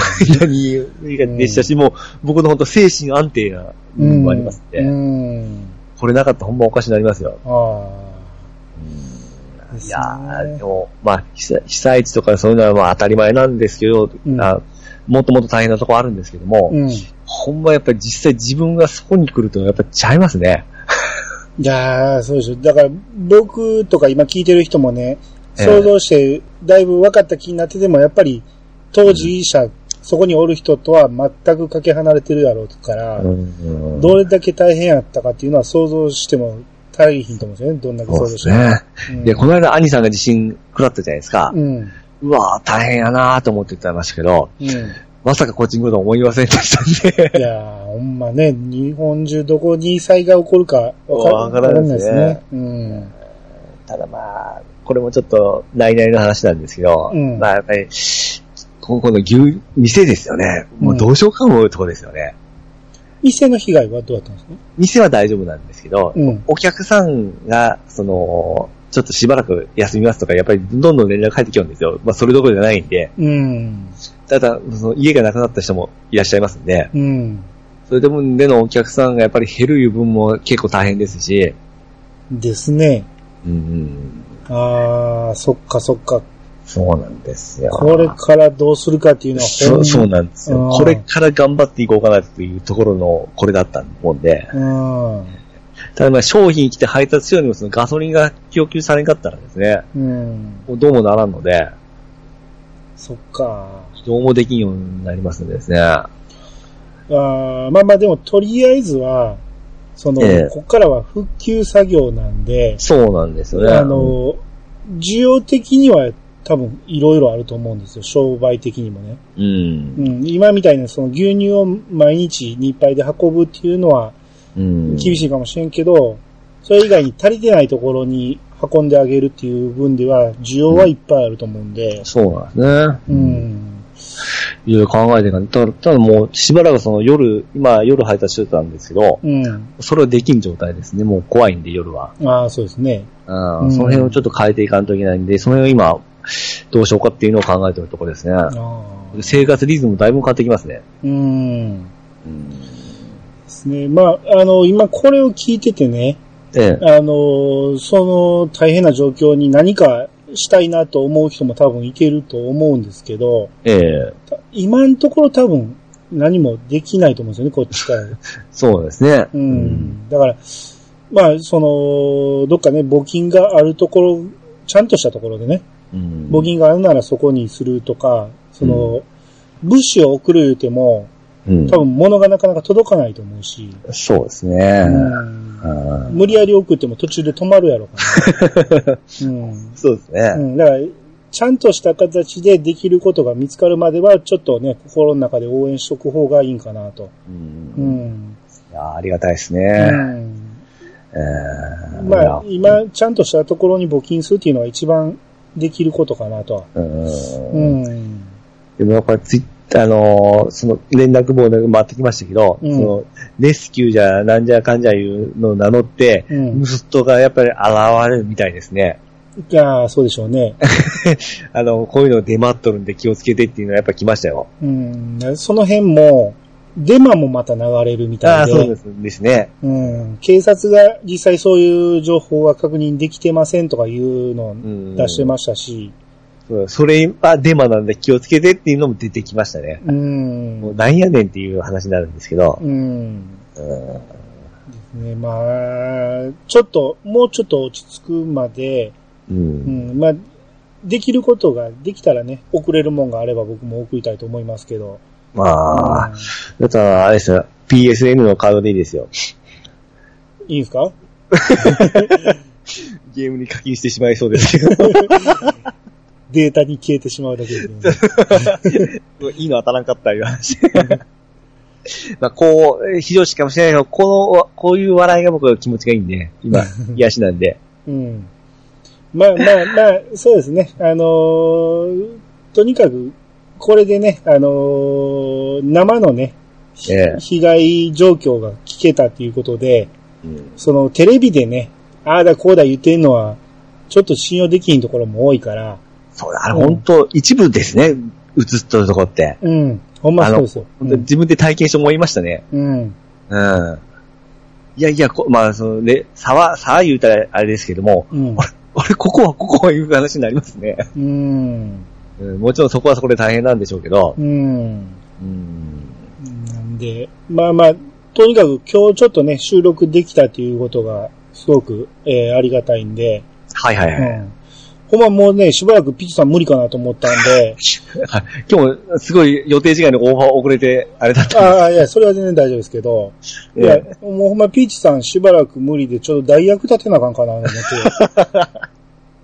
Speaker 2: やでしたし、もう僕の本当精神安定な部分もありますんで、
Speaker 1: うん。
Speaker 2: これなかったらほんまおかしになりますよ。
Speaker 1: ああ。
Speaker 2: いやー、でも、まあ、被災被災地とかそういうのはまあ当たり前なんですけど、
Speaker 1: うん
Speaker 2: あもっともっと大変なとこあるんですけども、
Speaker 1: うん。い
Speaker 2: ほんまやっぱり実際自分がそこに来るとやっぱちゃいますね。
Speaker 1: やーそうでしょ。だから、僕とか今聞いてる人もね、
Speaker 2: ええ
Speaker 1: 想像して、だいぶ分かった気になってても、やっぱり、当事者、そこにおる人とは全くかけ離れてるだろうから、
Speaker 2: うん
Speaker 1: どれだけ大変やったかっていうのは想像しても大変と思うんですよね。どんだけ想
Speaker 2: そう
Speaker 1: 像
Speaker 2: で
Speaker 1: し
Speaker 2: す
Speaker 1: ても。
Speaker 2: ね。
Speaker 1: うん
Speaker 2: で、この間兄さんが地震食らったじゃないですか。
Speaker 1: うん。
Speaker 2: うわー大変やなーと思ってたましたけど、
Speaker 1: うん。
Speaker 2: まさかこっちに来るとは思いませんでしたんで。
Speaker 1: いやー、ほんまね、日本中どこに災害が起こるかわ
Speaker 2: わ
Speaker 1: か
Speaker 2: からら
Speaker 1: ない
Speaker 2: な
Speaker 1: で
Speaker 2: いですす
Speaker 1: ね
Speaker 2: ね。
Speaker 1: うん。
Speaker 2: ただまあ、これもちょっと内々の話なんですけど、
Speaker 1: うん
Speaker 2: まあやっぱり、ここの牛、店ですよね。もうどうしようかもうとこですよね。
Speaker 1: 店の被害はどうだったんですか
Speaker 2: 店は大丈夫なんですけど、
Speaker 1: うん。
Speaker 2: お客さんが、その、ちょっとしばらく休みますとか、やっぱりどんどん連絡入ってきるんですよ。まあそれどころじゃないんで、
Speaker 1: うん。
Speaker 2: ただ、その家がなくなった人もいらっしゃいますんで、
Speaker 1: うん。
Speaker 2: それでもでのお客さんがやっぱり減るいう分も結構大変ですし、
Speaker 1: ですね。
Speaker 2: うんうん、
Speaker 1: あー、そっかそっか。
Speaker 2: そうなんですよ。
Speaker 1: これからどうするかっていうのはほん
Speaker 2: そそうなんですよ
Speaker 1: うん。
Speaker 2: これから頑張っていこうかなというところの、これだったもんで、ただまあ商品来て配達するよりもそのガソリンが供給されんかったらですね、
Speaker 1: うん。うん。
Speaker 2: もうどうもならんので、
Speaker 1: そっか。
Speaker 2: どうもできんようになりますんでですね。
Speaker 1: あーまあまあでも、とりあえずは、その、
Speaker 2: ええ
Speaker 1: ここからは復旧作業なんで、
Speaker 2: そうなんですよね。
Speaker 1: あの、需要的には多分いろいろあると思うんですよ。商売的にもね。
Speaker 2: うん、うん。
Speaker 1: うん。今みたいなその牛乳を毎日2杯で運ぶっていうのは
Speaker 2: うん。
Speaker 1: 厳しいかもしれんけど、それ以外に足りてないところに運んであげるっていう分では、需要はいっぱいあると思うんで、
Speaker 2: そうなんです
Speaker 1: う
Speaker 2: ね。
Speaker 1: ん。
Speaker 2: いろいろ考えていかない。ただ、ただもうしばらくその夜、今夜配達してたんですけど、
Speaker 1: うん。
Speaker 2: それはできん状態ですね。もう怖いんで夜は。
Speaker 1: ああ、そうですね。
Speaker 2: う、
Speaker 1: うんん
Speaker 2: その辺をちょっと変えていかんといけないんで、その辺を今、どうしようかっていうのを考えてるところですね。
Speaker 1: ああ。
Speaker 2: 生活リズムだいぶ変わってきますね。
Speaker 1: うん。ですね。まあ、あの、今これを聞いててね、
Speaker 2: ええ。
Speaker 1: あの、その大変な状況に何かしたいなと思う人も多分いてると思うんですけど、
Speaker 2: ええ。
Speaker 1: た今のところ多分何もできないと思うんですよね、こっちから。
Speaker 2: そうですね。
Speaker 1: うん。。だから、まあ、その、どっかね、募金があるところ、ちゃんとしたところでね、
Speaker 2: うん
Speaker 1: 募金があるならそこにするとか、その、物資を送る言うても、
Speaker 2: うん
Speaker 1: 多分物がなかなか届かないと思うし、
Speaker 2: そうですね。
Speaker 1: うん
Speaker 2: うん
Speaker 1: 無理やり送っても途中で止まるやろかな。うん。
Speaker 2: そうです
Speaker 1: う
Speaker 2: ね。
Speaker 1: ん。だから、ちゃんとした形でできることが見つかるまでは、ちょっとね、心の中で応援しとく方がいいんかなと。
Speaker 2: う
Speaker 1: うんん。
Speaker 2: いやありがたいです
Speaker 1: う
Speaker 2: ね。
Speaker 1: ん。
Speaker 2: ええ
Speaker 1: まあ、今、ちゃんとしたところに募金するっていうのが一番できることかなとは。
Speaker 2: う。
Speaker 1: うんん。
Speaker 2: でもやっぱりツイッあのーその連絡網で回ってきましたけど、
Speaker 1: うん
Speaker 2: そのレスキューじゃなんじゃかんじゃいうのを名乗って、
Speaker 1: うん
Speaker 2: ムスットがやっぱり現れるみたいですね。
Speaker 1: いやーそうでしょうね。
Speaker 2: あの、こういうの出回っとるんで気をつけてっていうのはやっぱ来ましたよ。
Speaker 1: うん。その辺も、デマもまた流れるみ
Speaker 2: あ
Speaker 1: た
Speaker 2: あ、
Speaker 1: いで。
Speaker 2: そうですですね。
Speaker 1: うん。警察が実際そういう情報は確認できてませんとかいうのを
Speaker 2: うん
Speaker 1: 出してましたし。
Speaker 2: そうそれはデマなんで気をつけてっていうのも出てきましたね。
Speaker 1: うん。
Speaker 2: もうなんやねんっていう話になるんですけど。
Speaker 1: うん。
Speaker 2: うん
Speaker 1: ですね。まあ、ちょっと、もうちょっと落ち着くまで、
Speaker 2: う。
Speaker 1: うんん、まあ、できることができたらね、送れるもんがあれば僕も送りたいと思いますけど。
Speaker 2: まあ、だったらあれですよ。PSN のカードでいいですよ。
Speaker 1: うんいいんですか
Speaker 2: ゲームに課金してしまいそうですけど。
Speaker 1: データに消えてしまうだけで、ね。
Speaker 2: いいの当たらんかったいう話。 まあ、こう、非常識かもしれないけど、この、こういう笑いが僕は気持ちがいいんで、今、癒しなんで。
Speaker 1: うん。まあまあまあ、そうですね。あのーとにかく、これでね、あのー生のね、ひ
Speaker 2: ええ
Speaker 1: 被害状況が聞けたということで、
Speaker 2: うん
Speaker 1: そのテレビでね、ああだこうだ言ってんのは、ちょっと信用できんところも多いから、
Speaker 2: そうだ、あれ本当、一部ですね、映っとるとこって。
Speaker 1: うん。ほんまそうですよ。う
Speaker 2: 本当に
Speaker 1: ん。
Speaker 2: 自分で体験して思いましたね。
Speaker 1: うん。
Speaker 2: うん。いやいや、こまあ、その、ね、差は、差は言うたらあれですけども、
Speaker 1: うん。
Speaker 2: 俺、ここは、ここはいう話になりますね。
Speaker 1: うん。
Speaker 2: うん、もちろんそこはそこで大変なんでしょうけど。
Speaker 1: うん。
Speaker 2: うん。
Speaker 1: なんで、まあまあ、とにかく今日ちょっとね、収録できたということが、すごく、えーありがたいんで、
Speaker 2: はいはいはい。
Speaker 1: うん。ほんまもうね、しばらくピチさん無理かなと思ったんで、
Speaker 2: 今日、すごい予定時間にオーバー遅れて、あれだった。
Speaker 1: ああ、いや、それは全然大丈夫ですけど、いや、
Speaker 2: え
Speaker 1: もうほんまピーチさんしばらく無理で、ちょっと代役立てなあかんかなと思 って。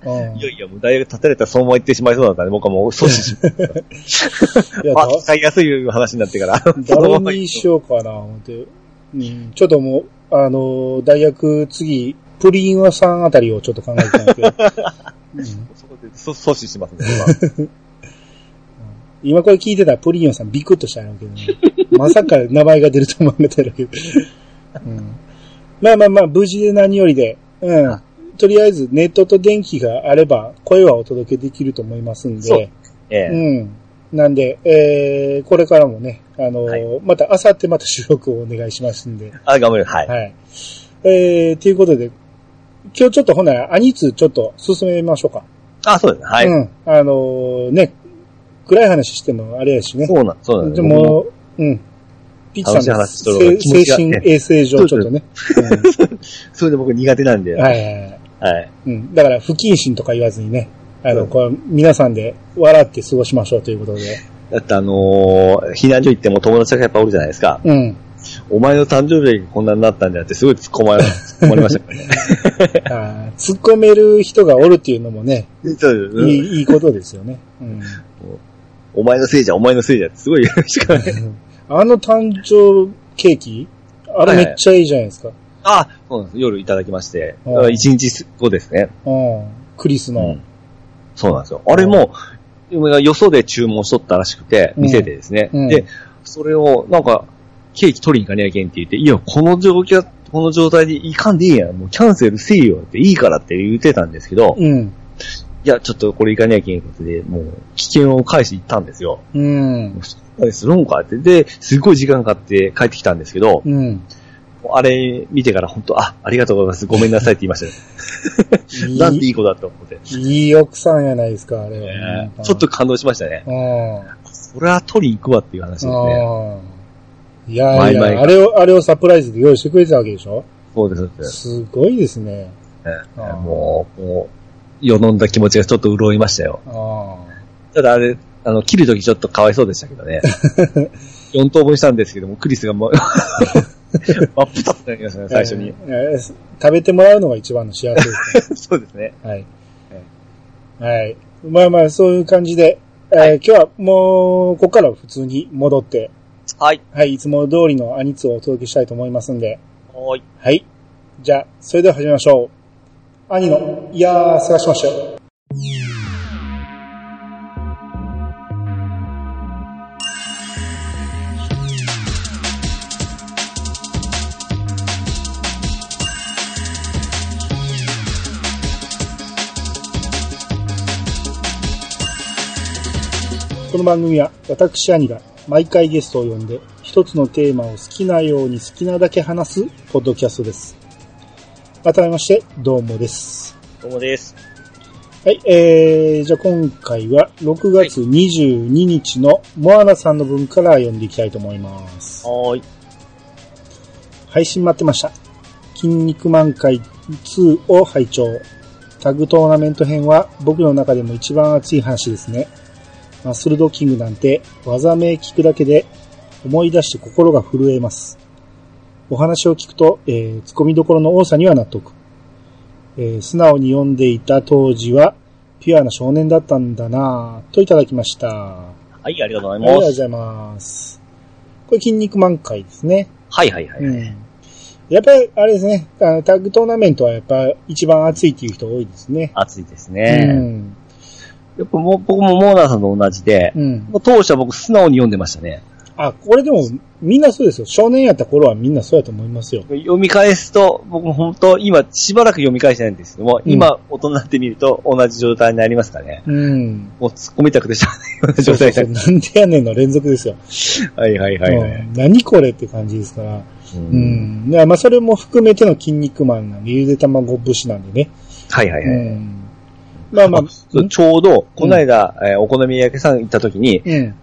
Speaker 1: う
Speaker 2: え
Speaker 1: ん。
Speaker 2: いやいや、もう大学立たれたらそのまま行ってしまいそうだったね。僕はもう阻止し、
Speaker 1: いや
Speaker 2: あ、使いやすいいう話になってから。
Speaker 1: だ誰にしようかな、思って。うん、ちょっともう、あのー大学次、プリンワさんあたりをちょっと考えてたんです けど、うん
Speaker 2: そこでそ阻止しますね。僕 は
Speaker 1: 今これ聞いてたらプリンワさんビクッとしたんやろうけどね。まさか名前が出ると思わなかったやろうけど。うん、まあまあまあ、無事で何よりで、うん。とりあえずネットと電気があれば、声はお届けできると思いますんで。
Speaker 2: そうええ
Speaker 1: うん。なんで、えー、これからもね、あのー
Speaker 2: はい
Speaker 1: また、あさってまた収録をお願いしますんで。
Speaker 2: あ、頑張る。はい。
Speaker 1: はい。えー、ということで、今日ちょっとほんなら、アニツちょっと進めましょうか。
Speaker 2: あ、そうですね。はい。
Speaker 1: うん。あのーね、暗い話してもあれやしね。
Speaker 2: そうなん、そうなん
Speaker 1: で
Speaker 2: です。
Speaker 1: も、うん。ピッチさんの
Speaker 2: 楽しい話しとる
Speaker 1: せ
Speaker 2: 気持
Speaker 1: 精
Speaker 2: ちが
Speaker 1: 神衛生上ちょっとね。
Speaker 2: それで僕苦手なんで。
Speaker 1: うんはいはいはい。
Speaker 2: はい。
Speaker 1: うん。だから、不謹慎とか言わずにね、あの、
Speaker 2: うん
Speaker 1: これ、皆さんで笑って過ごしましょうということで。
Speaker 2: だってあのー避難所行っても友達がやっぱおるじゃないですか。
Speaker 1: うん。
Speaker 2: お前の誕生日がこんなになったんだよってすごい突っ込まれ、突っ込まれましたからね。
Speaker 1: あー突っ込める人がおるっていうのもね、
Speaker 2: そ う
Speaker 1: いいいいことですよね。うん。
Speaker 2: お前のせいじゃ、お前のせいじゃってすごい言うしかない。
Speaker 1: あの誕生ケーキあれめっちゃいいじゃないですか。
Speaker 2: あ、そうなんです。夜いただきまして。
Speaker 1: うん
Speaker 2: 1日後ですね。
Speaker 1: うん。クリスの。
Speaker 2: うんそうなんですよ。あれも、よそで注文しとったらしくて、
Speaker 1: うん
Speaker 2: 店でですね。
Speaker 1: うん
Speaker 2: で、それを、なんか、ケーキ取りに行かねえけんって言って、いや、この状況、この状態で行かんでいいやん。もうキャンセルせえよって、いいからって言ってたんですけど、い
Speaker 1: うん。
Speaker 2: や、ちょっとこれ行かねえけんってことで、もう、危険を返して行ったんですよ。
Speaker 1: うん。
Speaker 2: するんかって。で、すごい時間かかって帰ってきたんですけど、
Speaker 1: うん。
Speaker 2: あれ見てから本当、あ、ありがとうございます。ごめんなさいって言い ましたよ。 なんていい子だと思って。
Speaker 1: いい奥さんやないですか、あれ
Speaker 2: え
Speaker 1: は
Speaker 2: ーちょっと。感動しましたね。
Speaker 1: うん。
Speaker 2: それは取りに行くわっていう話ですね。
Speaker 1: うん。いやい
Speaker 2: 毎
Speaker 1: や、
Speaker 2: 々
Speaker 1: あれを、あれをサプライズで用意してくれてたわけでしょ
Speaker 2: そうです、そうです。
Speaker 1: すごいですね。
Speaker 2: え
Speaker 1: あ
Speaker 2: ー
Speaker 1: ー
Speaker 2: もう、もう、よどんだ気持ちがちょっと潤いましたよ。
Speaker 1: あ
Speaker 2: ただあれ、あの、切るときちょっとかわいそうでしたけ どね。4等分したんですけども、クリスがもう、真っ二つになりましたね、
Speaker 1: ー
Speaker 2: 最初に。
Speaker 1: えーえー食べてもらうのが一番の幸せです。
Speaker 2: そうですね。
Speaker 1: はい。はい。まあまあ、そういう感じで、えー今日はもう、ここからは普通に戻って、
Speaker 2: はい。
Speaker 1: はい、いつも通りのアニツをお届けしたいと思いますんで、
Speaker 2: はーい。
Speaker 1: はい。じゃあ、それでは始めましょう。兄の、いやー、探しましたよ。この番組は私兄が毎回ゲストを呼んで一つのテーマを好きなように好きなだけ話すポッドキャストです。改めまして、どうもです。
Speaker 2: どうもです。
Speaker 1: はい、えー、じゃあ今回は6月22日のモアナさんの分から読んでいきたいと思います。
Speaker 2: はーい。
Speaker 1: 配信待ってました。筋肉満開2を拝聴。タッグトーナメント編は僕の中でも一番熱い話ですね。マッスルドッキングなんて技名聞くだけで思い出して心が震えます。お話を聞くと、えー、ツッコミどころの多さには納得。えー素直に読んでいた当時はピュアな少年だったんだなぁといただきました。
Speaker 2: はい、ありがとうご
Speaker 1: あ
Speaker 2: ざ
Speaker 1: りがとう
Speaker 2: い
Speaker 1: ご
Speaker 2: ます。
Speaker 1: ざいます。これ筋肉満開ですね。
Speaker 2: はいはいはい。
Speaker 1: うんやっぱり、あれですね、あのタッグトーナメントはやっぱ一番熱いっていう人多いですね。
Speaker 2: 暑いですね。
Speaker 1: うん。
Speaker 2: やっぱもう僕もモーナーさんと同じで、
Speaker 1: うん。
Speaker 2: もう当初は僕素直に読んでましたね。
Speaker 1: あ、これでもみんなそうですよ。少年やった頃はみんなそうやと思いますよ。
Speaker 2: 読み返すと、僕も本当、今しばらく読み返してないんですけども、
Speaker 1: うん
Speaker 2: 今大人になってみると同じ状態になりますかね。
Speaker 1: うん。
Speaker 2: もう突っ込みたくてしゃあないような状態にな
Speaker 1: そう
Speaker 2: る。
Speaker 1: そうそうなんでやねんの連続ですよ。
Speaker 2: はいはいはいは
Speaker 1: う
Speaker 2: い。
Speaker 1: ん何これって感じですから。
Speaker 2: う
Speaker 1: うんん。だからまあそれも含めての筋肉マンなんで、ゆで卵節なんでね。
Speaker 2: はいはいは
Speaker 1: う
Speaker 2: い。
Speaker 1: ん。まあまあ、
Speaker 2: そう
Speaker 1: うん
Speaker 2: ちょうど、この間、えーお好み焼き屋さん行った時に、
Speaker 1: うん。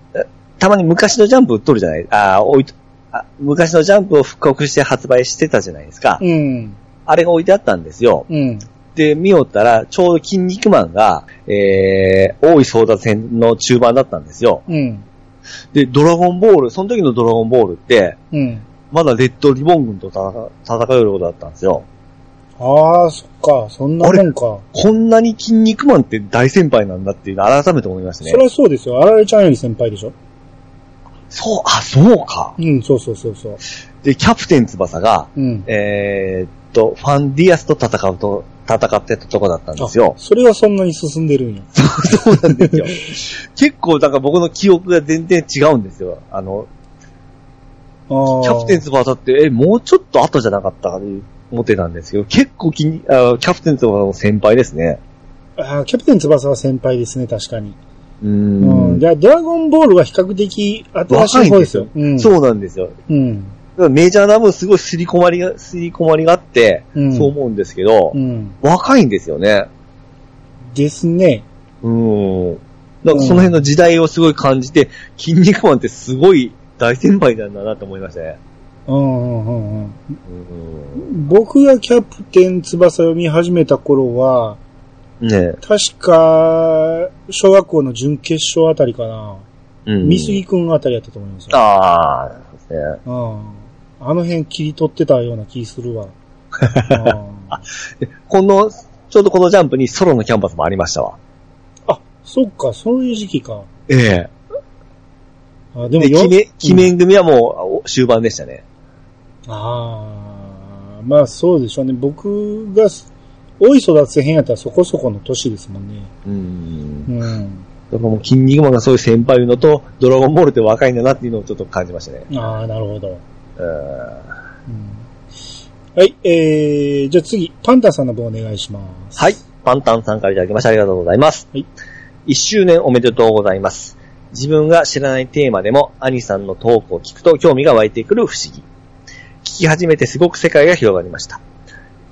Speaker 2: たまに昔のジャンプ売っとるじゃない、あー置いとあ昔のジャンプを復刻して発売してたじゃないですか。
Speaker 1: うん。
Speaker 2: あれが置いてあったんですよ。
Speaker 1: うん。
Speaker 2: で、見よったら、ちょうど筋肉マンが、えー、大井争奪戦の中盤だったんですよ。
Speaker 1: うん。
Speaker 2: で、ドラゴンボール、その時のドラゴンボールって、
Speaker 1: うん。
Speaker 2: まだレッドリボン軍と戦戦うようなことだったんですよ。
Speaker 1: ああ、そっか。そんなもんか。
Speaker 2: こんなに筋肉マンって大先輩なんだっていうのを改めて思いましたね
Speaker 1: そ。りゃそうですよ。あられちゃんより先輩でしょ。
Speaker 2: そう、あ、そうか。
Speaker 1: うん、そうそうそうそう。
Speaker 2: で、キャプテン翼が、
Speaker 1: うん。
Speaker 2: えーっと、ファンディアスと戦うと、戦ってたとこだったんですよ
Speaker 1: あ。それはそんなに進んでるんや。
Speaker 2: そうなんですよ。結構、なんか僕の記憶が全然違うんですよ。あの、
Speaker 1: あー
Speaker 2: キャプテン翼って、え、もうちょっと後じゃなかったかと思ってたんですけど、結構気に、あキャプテン翼の先輩ですね。
Speaker 1: あーキャプテン翼は先輩ですね、確かに。
Speaker 2: うー
Speaker 1: うん。
Speaker 2: ん。
Speaker 1: じゃあ、ドラゴンボールは比較的新しい方ですよ。うん。
Speaker 2: そうなんですよ。
Speaker 1: う。うん。
Speaker 2: だからメジャーな分すごいすり込まりが、すり込まりがあって、
Speaker 1: うん。
Speaker 2: そう思うんですけど、
Speaker 1: うん。
Speaker 2: 若いんですよね。
Speaker 1: ですね。
Speaker 2: うん。なんかその辺の時代をすごい感じて、筋肉マンってすごい大先輩なんだなと思いましたね。
Speaker 1: うんうんうん
Speaker 2: うん。
Speaker 1: うん。僕がキャプテン翼を見始めた頃は、
Speaker 2: ね
Speaker 1: 確か、小学校の準決勝あたりかな。
Speaker 2: え。うん。
Speaker 1: 三杉くんあたりやったと思いますよ。
Speaker 2: ああ、そうですね。
Speaker 1: うん。あの辺切り取ってたような気す るわ。うん
Speaker 2: この、ちょうどこのジャンプにソロのキャンパスもありましたわ。
Speaker 1: あ、そっか、そういう時期か。
Speaker 2: ええ。
Speaker 1: あでも
Speaker 2: で、
Speaker 1: よ
Speaker 2: 鬼面、鬼面組はもうお終盤でしたね。
Speaker 1: ああ、まあそうでしょうね。僕が、大い育つ編やったらそこそこの年ですもんね。
Speaker 2: うん。
Speaker 1: うん。
Speaker 2: だからもう、筋肉マンがそういう先輩いうのと、ドラゴンボールって若いんだなっていうのをちょっと感じましたね。
Speaker 1: ああ、なるほど。
Speaker 2: うん
Speaker 1: うんはい、えー、じゃあ次、パンタさんの分お願いします。
Speaker 2: はい。パンタンさんからいただきましてありがとうございます。
Speaker 1: はい
Speaker 2: 1周年おめでとうございます。自分が知らないテーマでも、兄さんのトークを聞くと興味が湧いてくる不思議。聞き始めてすごく世界が広がりました。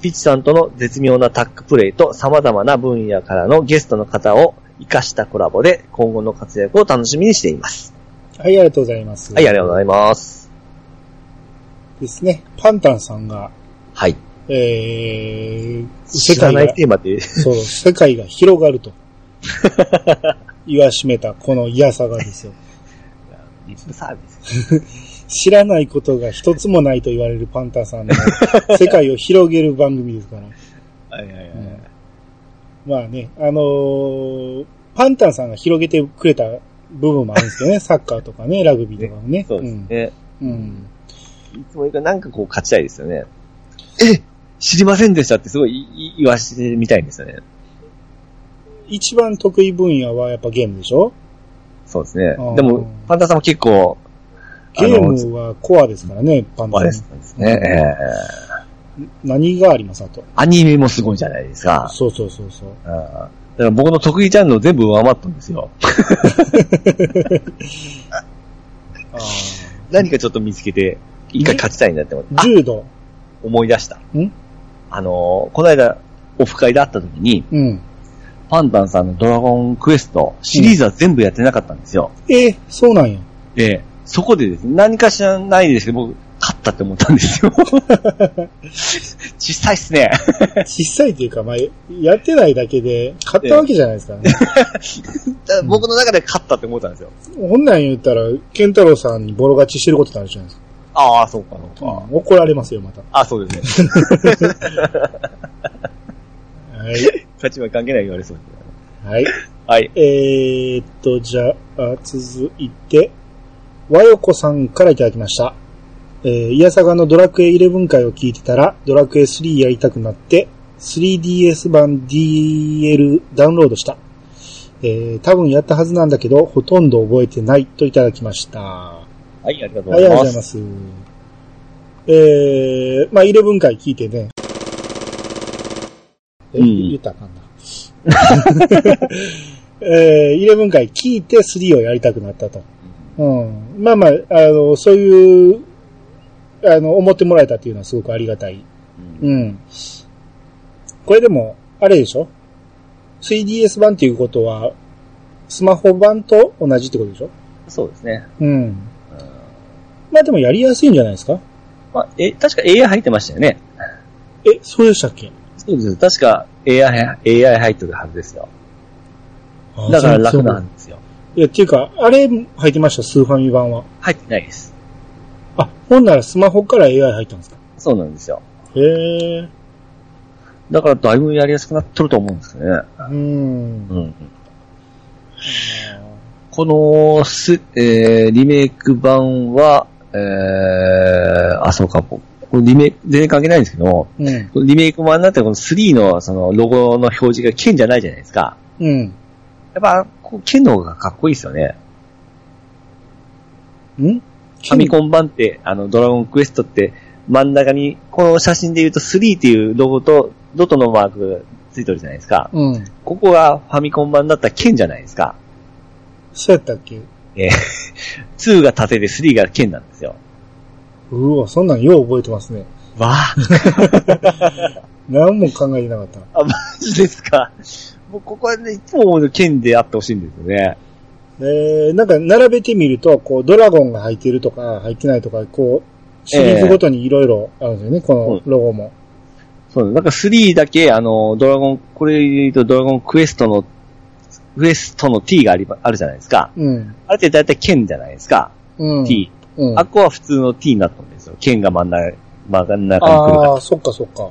Speaker 2: ピッチさんとの絶妙なタッグプレイと様々な分野からのゲストの方を活かしたコラボで今後の活躍を楽しみにしています。
Speaker 1: はい、ありがとうございます。
Speaker 2: はい、ありがとうございます。
Speaker 1: ですね。パンタンさんが、
Speaker 2: はい。
Speaker 1: えー、世
Speaker 2: 知ら
Speaker 1: 界
Speaker 2: ない
Speaker 1: が、
Speaker 2: テーマって、
Speaker 1: そう、世界が広がると。言わしめた、この嫌さがですよ。
Speaker 2: リップサービス。
Speaker 1: 知らないことが一つもないと言われるパンタさんの世界を広げる番組ですから。
Speaker 2: はいはいはい。
Speaker 1: うんまあね、あのーパンタンさんが広げてくれた部分もあるんですけどね、サッカーとかね、ラグビーとかもね。
Speaker 2: そうですね。
Speaker 1: うん。うん
Speaker 2: いつもよりかなんかこう勝ちたいですよね。え知りませんでしたってすごい言い言わしてみたいんですよね。
Speaker 1: 一番得意分野はやっぱゲームでしょ
Speaker 2: そうですね
Speaker 1: あー。
Speaker 2: でも、パンダさんも結構、
Speaker 1: ゲ
Speaker 2: あの
Speaker 1: ームはコアですからね、パン
Speaker 2: あ
Speaker 1: タ
Speaker 2: れ
Speaker 1: さん。
Speaker 2: ですね。ええ
Speaker 1: 何がありますあと。
Speaker 2: アニメもすごいじゃないですか。
Speaker 1: そうそうそうそう。
Speaker 2: うんだから僕の得意ジャンルを全部上回ったんですよ。
Speaker 1: あー
Speaker 2: 何かちょっと見つけて、一回勝ちたいなって思って、あ
Speaker 1: 柔道。
Speaker 2: 思い出した。
Speaker 1: ん
Speaker 2: あのーこの間、オフ会で会った時に、
Speaker 1: うん。
Speaker 2: パンタンさんのドラゴンクエストシリーズは全部やってなかったんですよ。
Speaker 1: えー、そうなんや。
Speaker 2: で、そこでですね、何かしらないですけど、僕、勝ったって思ったんですよ。小さいっすね。
Speaker 1: 小さいというか、まあ、やってないだけで、買ったわけじゃないですか、ね。
Speaker 2: だから僕の中で勝ったって思ったんですよ。
Speaker 1: ほんなん言ったら、ケンタロウさんにボロ勝ちしてることになるじゃないです
Speaker 2: ああ、そうか、そう
Speaker 1: か
Speaker 2: か。。
Speaker 1: 怒られますよ、また。
Speaker 2: ああ、そうですね。
Speaker 1: はい。
Speaker 2: 勝ちは関係ない言われそうです
Speaker 1: はい。
Speaker 2: はい。
Speaker 1: えー、っと、じゃあ、続いて、和よこさんからいただきました。えー、イヤサガのドラクエ11回を聞いてたら、ドラクエ3やりたくなって、3DS 版 DL ダウンロードした。えー、多分やったはずなんだけど、ほとんど覚えてないといただきました。
Speaker 2: はい、ありがとう
Speaker 1: あ
Speaker 2: ご
Speaker 1: り
Speaker 2: ざ
Speaker 1: がと
Speaker 2: い
Speaker 1: うござ
Speaker 2: ま
Speaker 1: い
Speaker 2: す。
Speaker 1: ます。えー、まあ、イレブン回聞いてね。え、
Speaker 2: うん
Speaker 1: 言ったらあかんな。 えー、イレブン回聞いて3をやりたくなったと。うん。まあまあ、あの、そういう、あの、思ってもらえたっていうのはすごくありがたい。
Speaker 2: うん
Speaker 1: うん。これでも、あれでしょ ?3DS 版っていうことは、スマホ版と同じってことでしょ
Speaker 2: そうですね。
Speaker 1: うん。
Speaker 2: うん
Speaker 1: まあでもやりやすいんじゃないですか
Speaker 2: まあ、え、確か AI 入ってましたよね。
Speaker 1: え、そうでしたっけ
Speaker 2: そうです。確か AI、AI 入ってるはずですよ。だから楽なんですよ。
Speaker 1: いや、っていうか、あれ入ってました、スーファミ版は。
Speaker 2: 入ってないです。
Speaker 1: あ、ほんならスマホから AI 入ったんですか
Speaker 2: そうなんですよ。
Speaker 1: へえ。
Speaker 2: だからだいぶやりやすくなってると思うんですよね。
Speaker 1: うーん。
Speaker 2: うんうん。このす、えー、リメイク版は、えー、あ、そうか、ここれリメイク、全然関係ないんですけども、
Speaker 1: うん。
Speaker 2: このリメイク版になってこの3のそのロゴの表示が剣じゃないじゃないですか。
Speaker 1: うん。
Speaker 2: やっぱ、こう剣の方がかっこいいですよね。
Speaker 1: うん
Speaker 2: ファミコン版って、あの、ドラゴンクエストって、真ん中に、この写真で言うと3っていうロゴと、ドットのマークがついてるじゃないですか。
Speaker 1: うん。
Speaker 2: ここがファミコン版だったら剣じゃないですか。
Speaker 1: そうやったっけ
Speaker 2: えー、2が縦で3が剣なんですよ。
Speaker 1: うわ、そんなんよう覚えてますね。
Speaker 2: わあ、
Speaker 1: 何も考えてなかった。
Speaker 2: あ、マジですか。もうここはね、いつも思うの剣であってほしいんですよね。
Speaker 1: えー、なんか並べてみると、こう、ドラゴンが入ってるとか、入ってないとか、こう、シリーズごとにいろいろあるんですよね、このロゴも。
Speaker 2: そうですなんか3だけ、あの、ドラゴン、これで言うとドラゴンクエストの、クエストの T がありま、あるじゃないですか。
Speaker 1: うん。
Speaker 2: あれって大体剣じゃないですか。
Speaker 1: うん。
Speaker 2: T。
Speaker 1: うん。
Speaker 2: あっこは普通の T になったんですよ。剣が真ん中、真ん中に来るから。
Speaker 1: ああ、そっかそっか。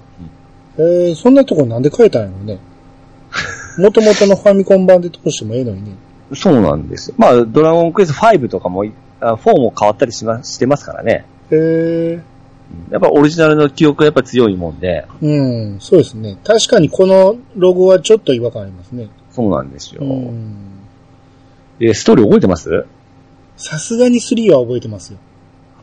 Speaker 1: えー、そんなとこなんで変えたんやろ ね。もともとのファミコン版で通してもええのにね。
Speaker 2: そうなんですよ。まあ、ドラゴンクエスト5とかも、あ4も変わったりしま、してますからね。
Speaker 1: えー、
Speaker 2: やっぱオリジナルの記憶がやっぱ強いもんで、
Speaker 1: うん、そうですね。確かにこのロゴはちょっと違和感ありますね。
Speaker 2: そうなんですよ。
Speaker 1: うん。
Speaker 2: え、ストーリー覚えてます
Speaker 1: さすがに3は覚えてますよ。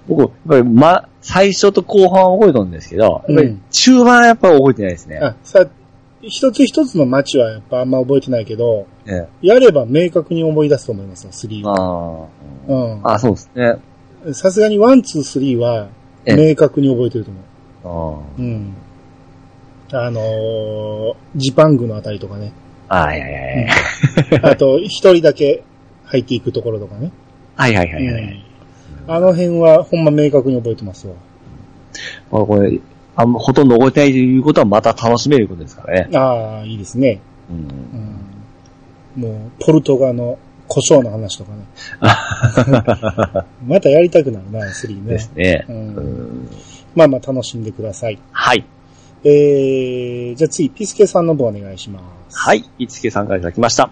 Speaker 2: 僕、やっぱり、ま、最初と後半は覚えたんですけど、やっぱ
Speaker 1: う
Speaker 2: り
Speaker 1: ん
Speaker 2: 中盤はやっぱ覚えてないですね。
Speaker 1: あ、さ、一つ一つの街はやっぱあんま覚えてないけど、
Speaker 2: ええ
Speaker 1: やれば明確に思い出すと思いますよ、3は。
Speaker 2: あ
Speaker 1: う
Speaker 2: あ、
Speaker 1: ん。
Speaker 2: あそうですね。
Speaker 1: さすがに1、2、3は
Speaker 2: え
Speaker 1: 明確に覚えてると思う。
Speaker 2: あ
Speaker 1: うん。あのー、ジパングのあたりとか ね。
Speaker 2: ああ、いやいやいや。
Speaker 1: あと、一人だけ入っていくところとかね。
Speaker 2: はいはいはいはい。
Speaker 1: うんあの辺はほんま明確に覚えてますわ。
Speaker 2: まあ、これ、あんまほとんど覚えてないということはまた楽しめることですからね。
Speaker 1: ああ、いいですね。
Speaker 2: う。
Speaker 1: うんん、もう、ポルトガの胡椒の話と かね。またやりたくなるな、3ね。
Speaker 2: ですね。
Speaker 1: う、
Speaker 2: うんん。
Speaker 1: まあまあ楽しんでください。
Speaker 2: はい。
Speaker 1: えー、じゃあ次、ピスケさんの方お願いします。
Speaker 2: はい。いつけさんからいただきました。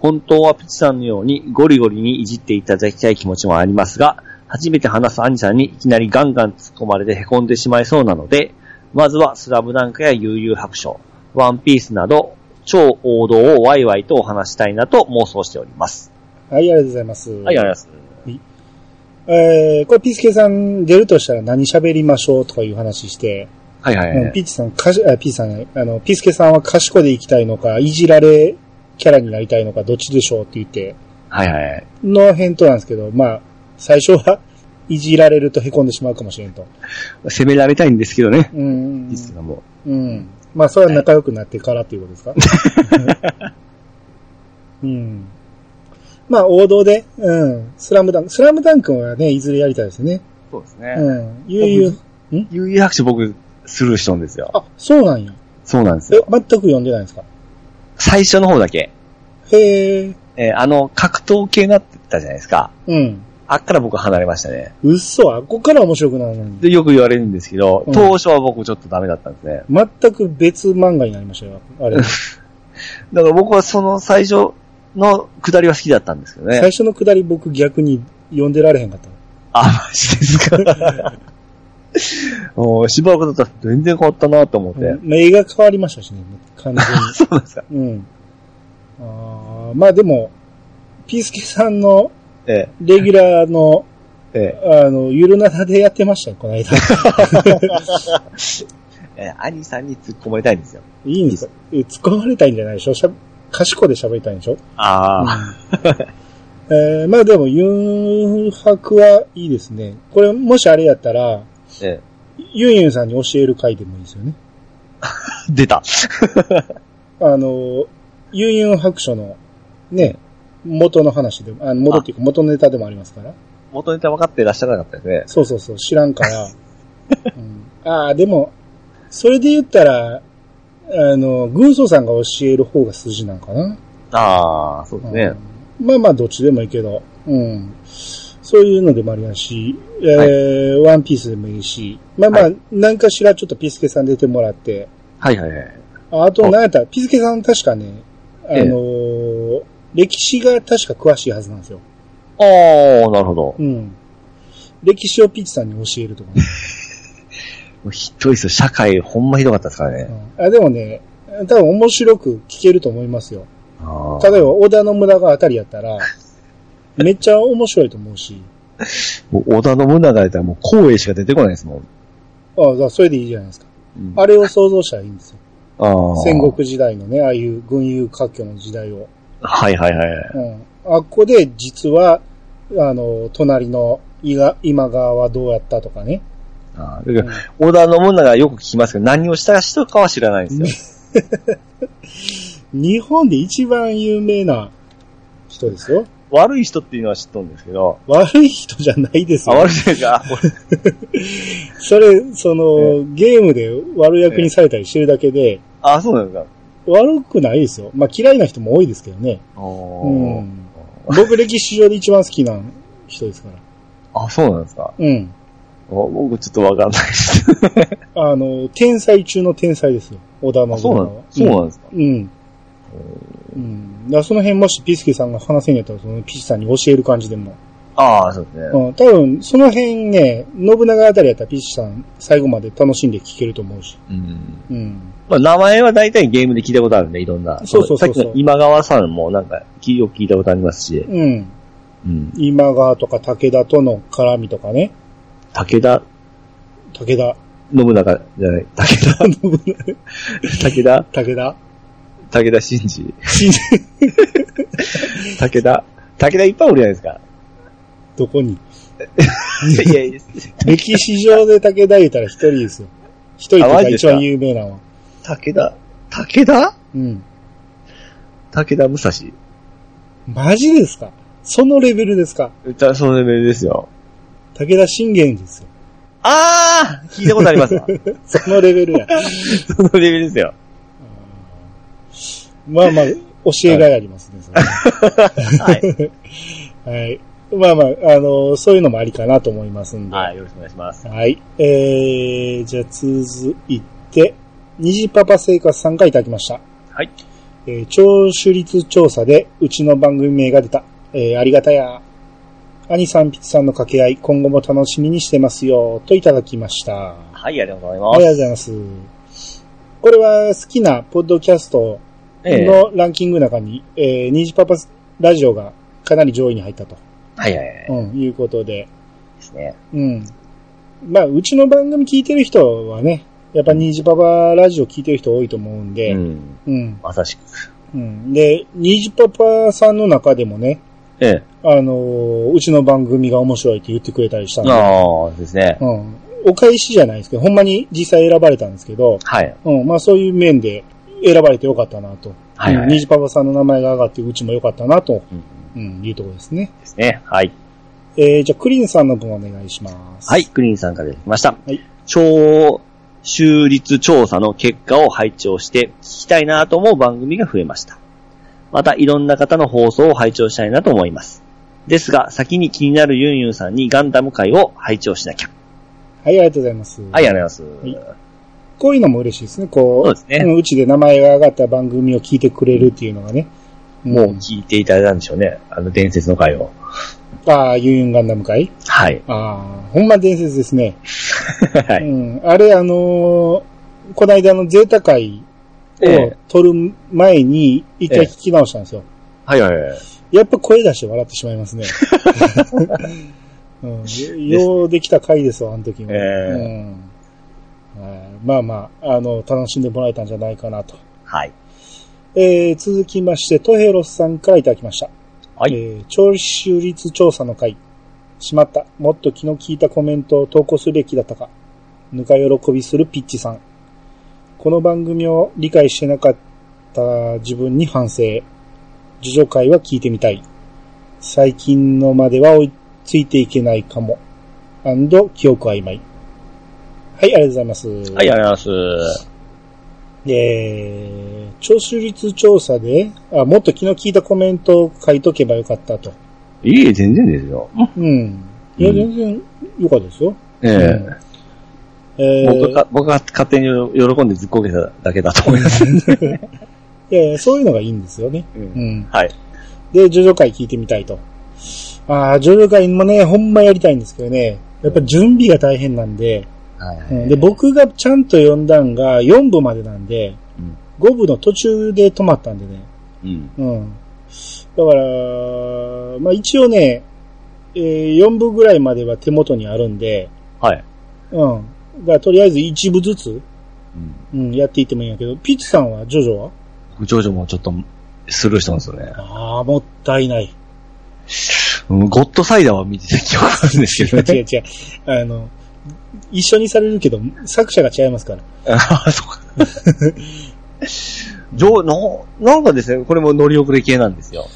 Speaker 2: 本当はピチさんのようにゴリゴリにいじっていただきたい気持ちもありますが、初めて話す兄さんにいきなりガンガン突っ込まれて凹んでしまいそうなので、まずはスラムダンクや悠々白書、ワンピースなど、超王道をワイワイとお話したいなと妄想しております。
Speaker 1: はい、ありがとうございます。は
Speaker 2: はい、ありがとうございます。
Speaker 1: えー、これピスケさん出るとしたら何喋りましょうとかいう話して、
Speaker 2: はいはい
Speaker 1: うんピッチさん、かし、あ、ピッチさんじゃない、あの、ピスケさんは賢で行きたいのか、いじられキャラになりたいのかどっちでしょうって言って、
Speaker 2: はいはいはい。
Speaker 1: の返答なんですけど、まあ、最初はいじられると凹んでしまうかもしれんと。
Speaker 2: 攻められたいんですけどね。
Speaker 1: うんうんうん
Speaker 2: いつかも
Speaker 1: うん。まあ、それは仲良くなってからっていうことです かうん。まあ、王道で、うん。スラムダンク、スラムダンクはね、いずれやりたいですね。
Speaker 2: う。そうですね
Speaker 1: うん。悠々。
Speaker 2: 悠々白書僕、スルーしたんですよ。
Speaker 1: あ、そうなんや。
Speaker 2: そうなんです
Speaker 1: え、全く
Speaker 2: よ。
Speaker 1: 読んでないんですか
Speaker 2: 最初の方だけ。
Speaker 1: へえ。
Speaker 2: えーあの、格闘系になってたじゃないですか。
Speaker 1: うん。
Speaker 2: あっから僕離れましたね。
Speaker 1: 嘘、あっこから面白くなるのに。
Speaker 2: で、よく言われるんですけど
Speaker 1: う、ん
Speaker 2: 当初は僕ちょっとダメだったんですね。
Speaker 1: 全く別漫画になりましたよ。あれ。
Speaker 2: だから僕はその最初の下りは好きだったんですけど
Speaker 1: 最
Speaker 2: ね。
Speaker 1: 初のくだり僕逆に読んでられへんかった。
Speaker 2: あ、マジですか。もうしばらくだったら全然変わったなと思って。
Speaker 1: うん映画変わりましたしね、完全に。
Speaker 2: そうなんですか。
Speaker 1: うん。あーまあでも、ピースケさんの
Speaker 2: ええ
Speaker 1: レギュラーの、
Speaker 2: ええ
Speaker 1: あの、ゆるなたでやってましたよ、この間。
Speaker 2: ええ兄さんに突っ込まれたいんですよ。
Speaker 1: いいんですかえ突っ込まれたいんじゃないでしょしゃ賢いで喋りたいんでしょ、
Speaker 2: ああ、
Speaker 1: えーまあでも、ユンハクはいいですね。これ、もしあれやったら、
Speaker 2: え
Speaker 1: ユンユンさんに教える回でもいいですよね。
Speaker 2: え出た。
Speaker 1: あの、ユンユン白書の、ね、元の話でも、あの元っていうか元ネタでもありますから。
Speaker 2: 元ネタ分かってらっしゃらなかったですね。
Speaker 1: そうそうそう、知らんから。うん、ああ、でも、それで言ったら、あの、軍曹さんが教える方が筋なんかな。
Speaker 2: ああ、そうですね。
Speaker 1: うんまあまあ、どっちでもいいけど、うん。そういうのでもありやし、えーワンピースでもいいし、まあまあ、
Speaker 2: は
Speaker 1: 何かしらちょっとピスケさん出てもらって、
Speaker 2: はいはいはい。
Speaker 1: ああと、
Speaker 2: お
Speaker 1: なんやったら、ピスケさん確かね、あの
Speaker 2: ええ
Speaker 1: ー歴史が確か詳しいはずなんですよ。
Speaker 2: ああ、なるほど。
Speaker 1: うん。歴史をピッチさんに教えるとか ね。
Speaker 2: もうひどいですよ。社会、ほんまひどかったですからね。
Speaker 1: うんあでもね、多分面白く聞けると思いますよ。
Speaker 2: ああ
Speaker 1: 例えば、織田の村があたりやった ら、めっちゃ面白いと思うし、
Speaker 2: もう織田信長やったらもう光栄しか出てこないですもん。
Speaker 1: ああ、それでいいじゃないですか。
Speaker 2: うん
Speaker 1: あれを想像したらいいんですよ。
Speaker 2: あー
Speaker 1: 戦。国時代のね、ああいう軍友割拠の時代を。
Speaker 2: はいはいはい。
Speaker 1: うん。あっこで、実は、あの、隣の伊賀今川はどうやったとかね。
Speaker 2: あーだから織田信長はよく聞きますけど、何をした人かは知らないんです
Speaker 1: 日本で一番有名な人ですよ。
Speaker 2: よ。悪い人っていうのは知っとるんですけど、
Speaker 1: 悪い人じゃないです
Speaker 2: あ、
Speaker 1: よ。
Speaker 2: 悪い人ですかあこれ
Speaker 1: それ、その
Speaker 2: え、
Speaker 1: ゲームで悪役にされたりしてるだけで、
Speaker 2: あ、そうなんですか。
Speaker 1: 悪くないですよ。まあ嫌いな人も多いですけどね。
Speaker 2: おー
Speaker 1: うん僕歴史上で一番好きな人ですから。
Speaker 2: あ、そうなんですか。
Speaker 1: うん。
Speaker 2: お僕ちょっとわかんないです。
Speaker 1: あの、天才中の天才ですよ。織田
Speaker 2: あ
Speaker 1: 信
Speaker 2: そう
Speaker 1: 長
Speaker 2: な
Speaker 1: は
Speaker 2: ん。そうなんですか。
Speaker 1: うん。うん。だからその辺もしピスケさんが話せんやったら、そのピスさんに教える感じでも。
Speaker 2: ああ、そうですね。
Speaker 1: うん。多分、その辺ね、信長あたりやったらピスさん最後まで楽しんで聞けると思うし。
Speaker 2: うん。
Speaker 1: うん。
Speaker 2: まあ、名前は大体ゲームで聞いたことあるんで、いろんな。
Speaker 1: そうそうそうそう
Speaker 2: さっきの今川さんもなんか、よく聞いたことありますし。
Speaker 1: うん。
Speaker 2: うん。
Speaker 1: 今川とか武田との絡みとかね。
Speaker 2: 武田
Speaker 1: 武田。
Speaker 2: 信長じゃない、武田、武田、
Speaker 1: 武田
Speaker 2: 武田真 治、
Speaker 1: 信じ
Speaker 2: 武田、武田いっぱいおるじゃないですか。
Speaker 1: どこに
Speaker 2: いやいや、
Speaker 1: 歴史上で武田言うたら一人ですよ。一人と
Speaker 2: あマ
Speaker 1: か
Speaker 2: ジで
Speaker 1: 一
Speaker 2: すか
Speaker 1: 番有名なのは。
Speaker 2: 武田、武田
Speaker 1: うん。
Speaker 2: 武田武蔵。
Speaker 1: マジですかそのレベルですか
Speaker 2: 歌、そのレベルですよ。
Speaker 1: 武田信玄ですよ。
Speaker 2: あー聞いたことありますわ
Speaker 1: そのレベルや。
Speaker 2: そのレベルですよ。
Speaker 1: まあまあ、教えがいありますね、それ
Speaker 2: はい。
Speaker 1: はい。まあまあ、あのそういうのもありかなと思いますんで。
Speaker 2: はい、よろしくお願いします。
Speaker 1: はい。えー、じゃあ続いて、虹パパ生活さんからいただきました。
Speaker 2: はい。
Speaker 1: えー聴取率調査でうちの番組名が出た。えーありがたや。兄さん、ピッツさんの掛け合い、今後も楽しみにしてますよ、といただきました。あ
Speaker 2: はい、ありがとうござい
Speaker 1: りがとう
Speaker 2: ま
Speaker 1: ご
Speaker 2: す。
Speaker 1: ざいます。これは好きなポッドキャスト
Speaker 2: ええ
Speaker 1: のランキングの中に、えー、ニジパパラジオがかなり上位に入ったと、
Speaker 2: はいはいはい。
Speaker 1: うん、いうことで、
Speaker 2: ですね。
Speaker 1: うん。まあ、うちの番組聞いてる人はね、やっぱニジパパラジオ聞いてる人多いと思うんで、
Speaker 2: うん。
Speaker 1: うん、
Speaker 2: まさしく。
Speaker 1: ううん。で、ニジパパさんの中でもね、
Speaker 2: ええ。
Speaker 1: あのーうちの番組が面白いって言ってくれたりしたんで、
Speaker 2: ああ、ですね。
Speaker 1: うん。お返しじゃないですけど、ほんまに実際選ばれたんですけど、
Speaker 2: はい。
Speaker 1: うん、まあそういう面で選ばれてよかったなと。
Speaker 2: はい、は
Speaker 1: うんニ
Speaker 2: い。
Speaker 1: ジパパさんの名前が上がって、うちもよかったなと、
Speaker 2: うん
Speaker 1: うん、いうところですね。
Speaker 2: ですね。はい。
Speaker 1: えー、じゃあ、クリーンさんの分お願いします。
Speaker 2: はい、。クリーンさんからいただきました。
Speaker 1: い
Speaker 2: 超、州立調査の結果を拝聴して、聞きたいなと思う番組が増えました。また、いろんな方の放送を拝聴したいなと思います。ですが、先に気になるユンユンさんにガンダム会を拝聴しなきゃ。
Speaker 1: はい、ありがとうございます。
Speaker 2: はい、ありがとうございます。
Speaker 1: こういうのも嬉しいですね。こう、
Speaker 2: そうですね
Speaker 1: んうちで名前が上がった番組を聞いてくれるっていうのがね。
Speaker 2: もうん聞いていただいたんでしょうね。あの、伝説の会を。
Speaker 1: ああ、ユンユンガンダム会
Speaker 2: はい。
Speaker 1: ああ、ほんま伝説ですね。
Speaker 2: は
Speaker 1: う
Speaker 2: い。
Speaker 1: ん。あれ、あのーこないだのゼータ会
Speaker 2: え
Speaker 1: を
Speaker 2: え
Speaker 1: 撮る前に一回
Speaker 2: ええ
Speaker 1: 聞き直したんですよ。
Speaker 2: はいはいはい。
Speaker 1: やっぱ声出して笑ってしまい ますね。うん、ようできた回ですわ、あの時も。
Speaker 2: ええ
Speaker 1: うんはいまあまあ、あの、楽しんでもらえたんじゃないかなと。
Speaker 2: はい。
Speaker 1: えー続きまして、トヘロスさんからいただきました。
Speaker 2: はい
Speaker 1: えー聴取率調査の会。しまった。もっと気の利いたコメントを投稿すべきだったか。ぬか喜びするピッチさん。この番組を理解してなかった自分に反省。自助会は聞いてみたい。最近のまでは追いついていけないかも。アンド記憶曖昧。はい、ありがとうございます。
Speaker 2: はい、ありがとうございます。
Speaker 1: えー、聴取率調査であ、もっと気の利いたコメントを書いとけばよかったと。
Speaker 2: いえいえ、全然ですよ。
Speaker 1: うん。いや、
Speaker 2: うん
Speaker 1: 全然よかったですよ。
Speaker 2: ええ
Speaker 1: うんえー
Speaker 2: 僕が、僕が勝手に喜んでずっこけただけだと思います。
Speaker 1: いやいやそういうのがいいんですよね。
Speaker 2: うん
Speaker 1: うん。
Speaker 2: はい。
Speaker 1: で、ジョジョ会聞いてみたいと。ああ、ジョジョ会もね、ほんまやりたいんですけどね。やっぱ準備が大変なんで、
Speaker 2: はいは
Speaker 1: う
Speaker 2: い
Speaker 1: んで、僕がちゃんと読んだんが4部までなんで、
Speaker 2: うん
Speaker 1: 5部の途中で止まったんでね。
Speaker 2: うん。
Speaker 1: うん。だから、まあ一応ね、えー4部ぐらいまでは手元にあるんで、
Speaker 2: はい。
Speaker 1: うん。だからとりあえず1部ずつ、
Speaker 2: うん。
Speaker 1: うん、やっていってもいいんやけど、ピッチさんは、ジョジョは
Speaker 2: 僕、ジョジョもちょっと、スルーしたんですよね。
Speaker 1: ああ、もったい ない。
Speaker 2: うんゴッドサイダーは見てた記憶あるんです
Speaker 1: 違う
Speaker 2: けど ね。
Speaker 1: 違う違う。あの、一緒にされるけど、作者が違いますから。
Speaker 2: ああ、そうか。 ジョ、の、なんかですね、これも乗り遅れ系なんですよ。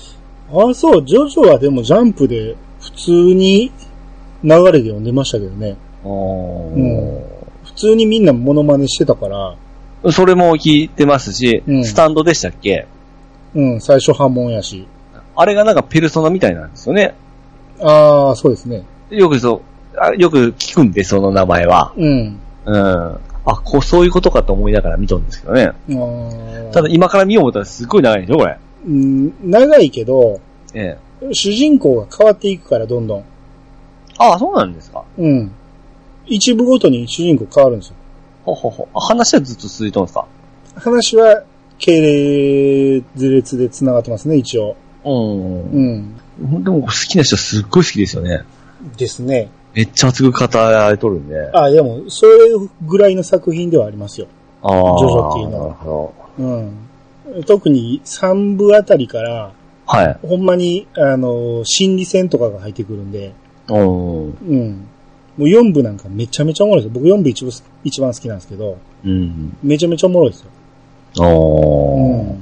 Speaker 1: ああ、そう、ジョジョはでもジャンプで普通に流れで読んでましたけどね。
Speaker 2: おー
Speaker 1: 普通にみんなモノマネしてたから、
Speaker 2: それも聞いてますし、
Speaker 1: うん
Speaker 2: スタンドでしたっけ
Speaker 1: うん、最初波紋やし。
Speaker 2: あれがなんかペルソナみたいなんですよね。
Speaker 1: ああ、そうですね。
Speaker 2: よくそう、あよく聞くんで、その名前は。
Speaker 1: うん。
Speaker 2: うん。あ、こう、そういうことかと思いながら見とるんですけどね。
Speaker 1: あー
Speaker 2: ただ、今から見よう思ったらすっごい長いでしょ、これ。
Speaker 1: うん、長いけど、
Speaker 2: ええ。
Speaker 1: 主人公が変わっていくから、どんどん。
Speaker 2: ああ、そうなんですか。
Speaker 1: うん。一部ごとに主人公変わるんですよ。
Speaker 2: ほうほうほう。あ話はずっと続いとんですか
Speaker 1: 話は、系列で繋がってますね、一応。
Speaker 2: うん
Speaker 1: う。ん。
Speaker 2: でも好きな人すっごい好きですよね。
Speaker 1: ですね。
Speaker 2: めっちゃ熱く語られとるんで。あ
Speaker 1: あ、でも、それぐらいの作品ではありますよ。
Speaker 2: あー。
Speaker 1: ジョジョっていうのは
Speaker 2: なるほど。
Speaker 1: うん。特に3部あたりから、
Speaker 2: はい。
Speaker 1: ほんまに、あの、心理戦とかが入ってくるんで、
Speaker 2: うん。う
Speaker 1: うん。もう4部なんかめちゃめちゃおもろいですよ。僕4部一部一番好きなんですけど、
Speaker 2: ん。
Speaker 1: めちゃめちゃおもろいですよ。
Speaker 2: おー。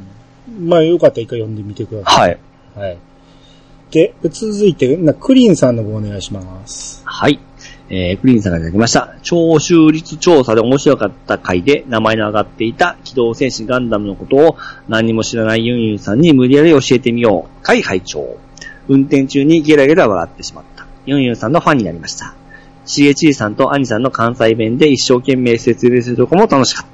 Speaker 1: うん。まあ、よかったら一回読んでみてくださ
Speaker 2: はい。
Speaker 1: い。はい。で、続いて、なクリーンさんの方お願いします。
Speaker 2: はい。えー、クリーンさんがいただきました。聴収率調査で面白かった回で名前の上がっていた機動戦士ガンダムのことを何も知らないユンユンさんに無理やり教えてみよう。会会長。運転中にゲラゲラ笑ってしまった。ユンユンさんのファンになりました。しげちいさんとアニさんの関西弁で一生懸命説明するとこも楽しかっ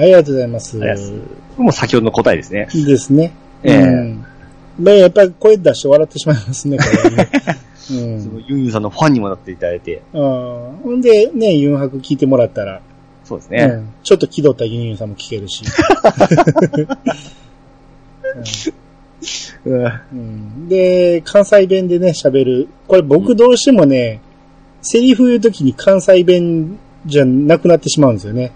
Speaker 1: はい、ありがとうございます。
Speaker 2: ありがとうございます。もう先ほどの答えですね。
Speaker 1: いいですね。
Speaker 2: ええ
Speaker 1: うん。まあ、やっぱり声出して笑ってしまいますね、これは ね。う
Speaker 2: その
Speaker 1: ん。
Speaker 2: ユンユンさんのファンにもなっていただいて。
Speaker 1: あーほんで、ね、ユンハク聞いてもらったら、
Speaker 2: そうですね。
Speaker 1: うん、ちょっと気取ったユンユンさんも聞けるし。うん、で、関西弁でね、喋る。これ僕どうしてもね、セリフ言うときに関西弁じゃなくなってしまうんですよね。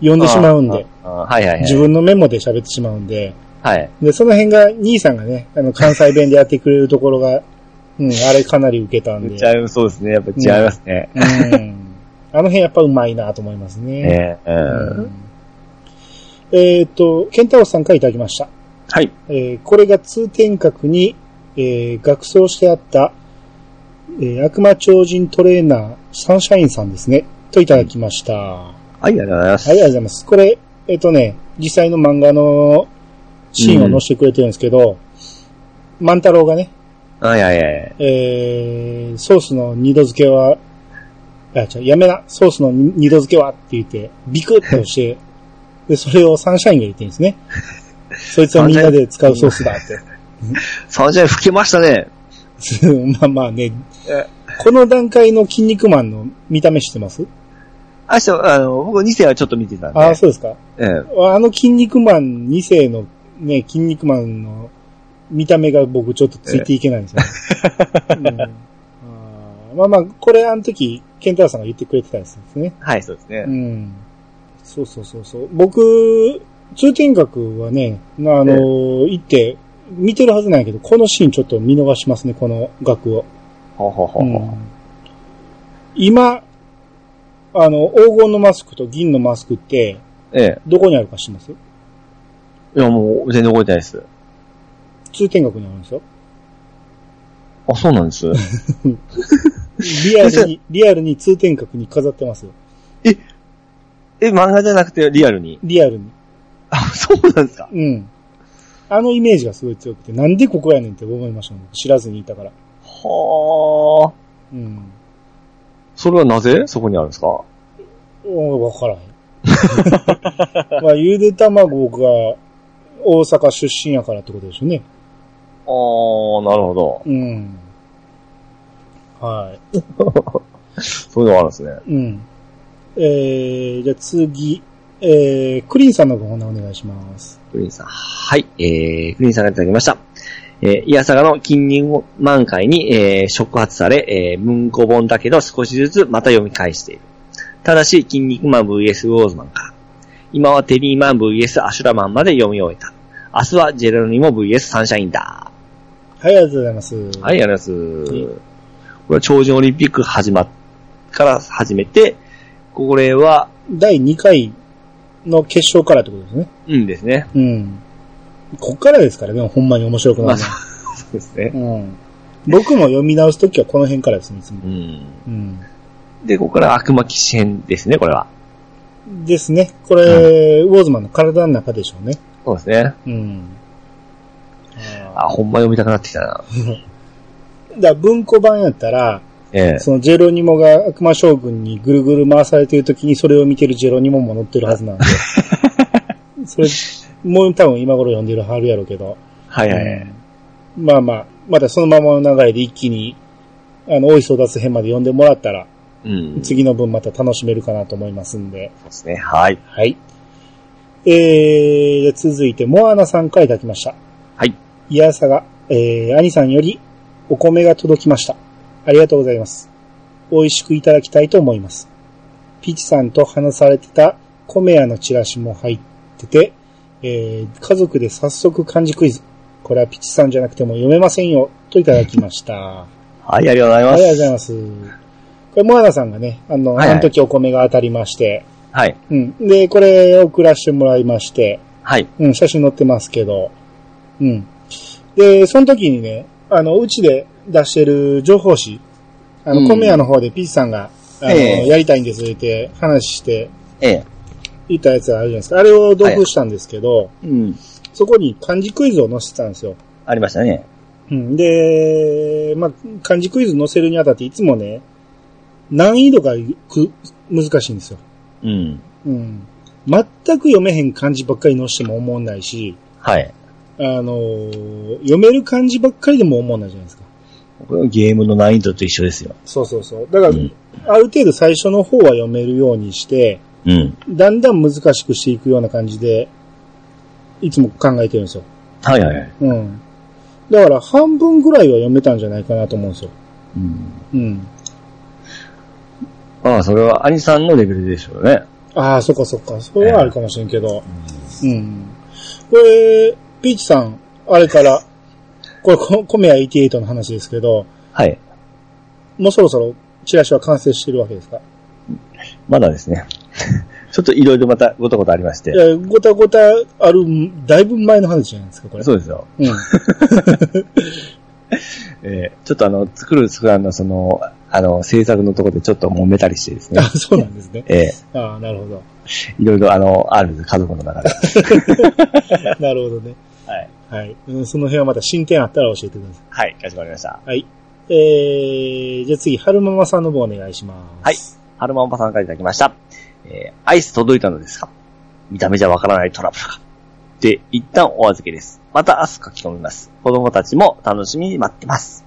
Speaker 1: 読んでしまうんで。
Speaker 2: あ。ああはいはいはい。
Speaker 1: 自分のメモで喋ってしまうんで。
Speaker 2: はい。
Speaker 1: で、その辺が、兄さんがね、あの、関西弁でやってくれるところが、うん、あれかなり受けたんで。
Speaker 2: ちゃいそうですね。やっぱ違いますね。
Speaker 1: うん。あの辺やっぱうまいなと思いますね。
Speaker 2: ねえう
Speaker 1: うんんえっ、と、ケンタロウさんからいただきました。
Speaker 2: はい。
Speaker 1: えーこれが通天閣に、えー学装してあった、えー悪魔超人トレーナー、サンシャインさんですね。といただきました。あ
Speaker 2: はい、ありがとうございます。
Speaker 1: りがとうございます。これ、えっ、とね、実際の漫画のシーンを載せてくれてるんですけど、万太郎がね、
Speaker 2: はいはいはい。
Speaker 1: えー、ソースの二度漬けは、あ、違う、やめな、ソースの二度漬けはって言って、ビクッとして、で、それをサンシャインが言ってるんですね。そいつはみんなで使うソースだって。
Speaker 2: サンシャイン吹けましたね。
Speaker 1: まあまあね
Speaker 2: え。
Speaker 1: この段階の筋肉マンの見た目知ってます
Speaker 2: あ、そう、あの、僕2世はちょっと見てたんで。
Speaker 1: ああ、そうですか。
Speaker 2: ええ
Speaker 1: あの筋肉マン2世のね、筋肉マンの見た目が僕ちょっとついていけないんですよ、ねうんあーまあまあ、これあの時、ケンタロウさんが言ってくれてたやつですね。
Speaker 2: はい、そうですね
Speaker 1: う。ん。そうそうそうそう。僕、通天閣はね、なあの行って、見てるはずなんやけど、このシーンちょっと見逃しますね、この額を。
Speaker 2: ほうほうほうほ
Speaker 1: う
Speaker 2: う。
Speaker 1: ん今、あの、黄金のマスクと銀のマスクって、
Speaker 2: ええ。
Speaker 1: どこにあるか知ってます
Speaker 2: いや、もう全然覚えてないです。
Speaker 1: 通天閣にあるんですよ。
Speaker 2: あ、そうなんです。
Speaker 1: リアルに、リアルに通天閣に飾ってますよ。
Speaker 2: え、漫画じゃなくてリアルに。
Speaker 1: リアルに。
Speaker 2: あ、そうなんですか。
Speaker 1: うん。あのイメージがすごい強くて、なんでここやねんって思いましたもん。知らずにいたから。
Speaker 2: はあ。
Speaker 1: うん。
Speaker 2: それはなぜそこにあるんですか
Speaker 1: おわからへん。 まあ、ゆで卵が大阪出身やからってことでしょうね。
Speaker 2: ああ、なるほど。
Speaker 1: うん。はい。
Speaker 2: そういうのがあるんですね。
Speaker 1: うん。えー、じゃあ次。えー、クリーンさんのご本お願いします。
Speaker 2: クリーンさん。はい、えー、クリーンさんがいただきました。えー、イヤサガの近隣満開に、えー触発され、えー文庫本だけど少しずつまた読み返している。ただし、筋肉マン VS ウォーズマンか。今はテリーマン VS アシュラマンまで読み終えた。明日はジェラニモ VS サンシャインだ。
Speaker 1: はい、ありがとうございます。。
Speaker 2: はいい、ありがとうございます。これは超人オリンピック始まっ、から始めて、これは、
Speaker 1: 第2回の決勝からってことですね。
Speaker 2: うんですね。
Speaker 1: うん。こっからですからね、ほんまに面白く
Speaker 2: ま
Speaker 1: な
Speaker 2: あ、
Speaker 1: る
Speaker 2: そ
Speaker 1: の
Speaker 2: うそうですね。
Speaker 1: うん。僕も読み直すときはこの辺からですね、いつも
Speaker 2: う。ん。
Speaker 1: うん。
Speaker 2: で、ここから悪魔騎士編ですね、これは。
Speaker 1: ですね。これ、ウォーズマンの体の中でしょうね。
Speaker 2: そうですね。
Speaker 1: うん。あ
Speaker 2: あ、ほんま読みたくなってきたな。
Speaker 1: ーだから文庫版やったら、
Speaker 2: ええ。
Speaker 1: そのジェロニモが悪魔将軍にぐるぐる回されてる時にそれを見てるジェロニモも乗ってるはず なんで。それ、もう多分今頃読んでるはるやろうけど。
Speaker 2: はいはいはい。
Speaker 1: うんまあまあ、またそのままの流れで一気に、あの、大井争奪編まで読んでもらったら、
Speaker 2: うん。
Speaker 1: 次の分また楽しめるかなと思いますんで。
Speaker 2: そうですね。はい。
Speaker 1: はい。えー、続いて、モアナさんからいただきました。
Speaker 2: はい。
Speaker 1: いやさが、えー、兄さんよりお米が届きました。ありがとうございます。美味しくいただきたいと思います。ピチさんと話されてた米屋のチラシも入ってて、えー、家族で早速漢字クイズ。これはピチさんじゃなくても読めませんよ、といただきま した。
Speaker 2: はい、ありがとうござい
Speaker 1: あ
Speaker 2: ま
Speaker 1: り
Speaker 2: す。
Speaker 1: がとうございます。これ、モアナさんがね、あの、
Speaker 2: はいはい
Speaker 1: あの時お米が当たりまして、
Speaker 2: はい。
Speaker 1: うん。で、これ送らせてもらいまして、
Speaker 2: はい。
Speaker 1: うん、写真載ってますけど、うん。で、その時にね、あの、うちで出してる情報誌、あ
Speaker 2: う
Speaker 1: の、
Speaker 2: ん
Speaker 1: 米屋の方でピッチさんが、あの、
Speaker 2: ええ
Speaker 1: やりたいんですって話して
Speaker 2: ええ。
Speaker 1: いたやつがあるじゃないですか。あれを同封したんですけど、
Speaker 2: うん。
Speaker 1: そこに漢字クイズを載せてたんですよ。
Speaker 2: ありましたね。
Speaker 1: うん、で、まあ、漢字クイズ載せるにあたっていつもね、難易度がく難しいんですよ。
Speaker 2: うん。
Speaker 1: うん。全く読めへん漢字ばっかり載せても思んないし、
Speaker 2: はい。
Speaker 1: あのー読める漢字ばっかりでも思んないじゃないですか。
Speaker 2: これはゲームの難易度と一緒ですよ。
Speaker 1: そうそうそう。だから、
Speaker 2: うん
Speaker 1: ある程度最初の方は読めるようにして、
Speaker 2: うん。
Speaker 1: だんだん難しくしていくような感じで、いつも考えてるんですよ。
Speaker 2: はいはいはい。
Speaker 1: うん。だから、半分ぐらいは読めたんじゃないかなと思うんですよ。
Speaker 2: うん。
Speaker 1: うん。
Speaker 2: ああ、それは兄さんのレベルでしょうね。
Speaker 1: ああ、そっかそっか。それはあるかもしれんけど。うん。これ、ピーチさん、あれから、これ、こコメア88の話ですけど、
Speaker 2: はい。
Speaker 1: もうそろそろチラシは完成してるわけですか
Speaker 2: まだですね。 ちょっといろいろまたごたごたありまして
Speaker 1: い。や、ごたごたある、だいぶ前の話じゃないですか、これ。
Speaker 2: そうですよ。
Speaker 1: う。ん。
Speaker 2: えーちょっとあの、作る作らんのその、あの、制作のところでちょっと揉めたりしてですね
Speaker 1: あ、。 そうなんですね。
Speaker 2: え
Speaker 1: ああ、なるほど。
Speaker 2: ーいろいろあの、あるんです家族の中で。
Speaker 1: なるほどね。
Speaker 2: はい。
Speaker 1: はい。うんその辺はまた進展あったら教えてくださ
Speaker 2: はい、かしこまりました。
Speaker 1: い。はい。えー、じゃあ次、春ママさんの方お願いします。
Speaker 2: はい。春間おばさんからいただきました。えーアイス届いたのですか見た目じゃわからないトラブルが。で、一旦お預けです。また明日書き込みます。子供たちも楽しみに待ってます。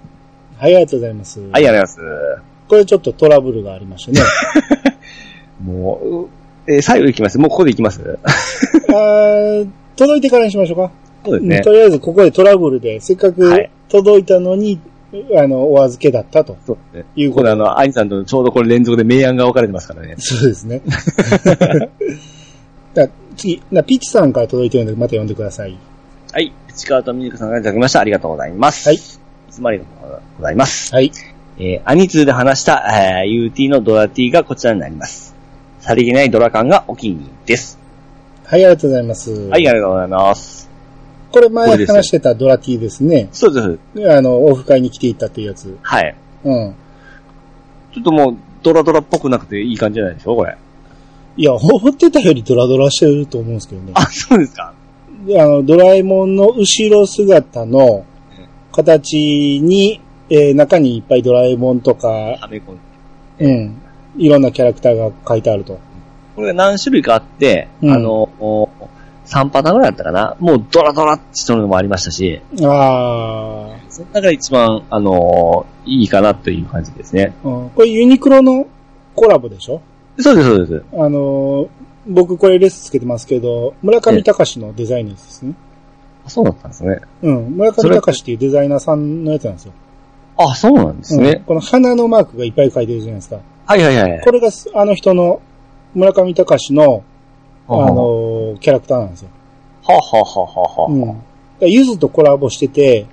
Speaker 1: はい、ありがとうございます。は
Speaker 2: はい、ありがとうございま
Speaker 1: これちょっとトラブルがありましたね。
Speaker 2: す。もう、えー最後行きます。もうここで行きます
Speaker 1: あー届いてからにしましょうか。
Speaker 2: そうです
Speaker 1: うん
Speaker 2: ね
Speaker 1: と。りあえずここでトラブルで、せっか
Speaker 2: は
Speaker 1: く
Speaker 2: い
Speaker 1: 届いたのに、あの、お預けだったと
Speaker 2: そうですね。
Speaker 1: いうこ。
Speaker 2: ことれあの、アインさんとちょうどこれ連続で明暗が分かれてますからね。
Speaker 1: そうですね。 だ次、なピッチさんから届いてるので、また読んでください。
Speaker 2: はい。ピチカートミルクさんからいただきました。ありがとうございます。
Speaker 1: はい
Speaker 2: いつもありがとうございます。
Speaker 1: はい。
Speaker 2: えーアニツーで話した、えー UT のドラ T がこちらになります。さりげないドラ感がお気に入りです。
Speaker 1: はい、ありがとうございます。
Speaker 2: はい、ありがとうございます。
Speaker 1: これ前
Speaker 2: これですよ
Speaker 1: 話してたドラティですね。
Speaker 2: そうです。
Speaker 1: あの、オフ会に来ていったっていうやつ。
Speaker 2: はい。
Speaker 1: うん。
Speaker 2: ちょっともう、ドラドラっぽくなくていい感じじゃないでしょうこれ。
Speaker 1: いや、思ってたよりドラドラしてると思うんですけどね。
Speaker 2: あ、そうですか。
Speaker 1: であの、ドラえもんの後ろ姿の形に、えー中にいっぱいドラえもんとか、
Speaker 2: はめ込んで。
Speaker 1: うん。いろんなキャラクターが書いてあると。
Speaker 2: これが何種類かあって、
Speaker 1: うん
Speaker 2: あの、お3パターンぐらいだったかな。もうドラドラってしてるのもありましたし、
Speaker 1: あ
Speaker 2: その中で一番、あのいいかなという感じですね。
Speaker 1: ー、うん。これユニクロのコラボでしょ
Speaker 2: そうです、そうです。
Speaker 1: あのー僕これレッスンつけてますけど、村上隆のデザインのやつですね。
Speaker 2: あそうだったんですね。
Speaker 1: うん。村上隆っていうデザイナーさんのやつなんですよ。
Speaker 2: あ、そうなんですね。
Speaker 1: うんこの花のマークがいっぱい書いてるじゃないですか。
Speaker 2: はいはいはい。
Speaker 1: これがすあの人の、村上隆の、あ
Speaker 2: はあは
Speaker 1: のーキャラクターなんですよ。
Speaker 2: あはあはあはあ
Speaker 1: うん。だからゆずとコラボしてて、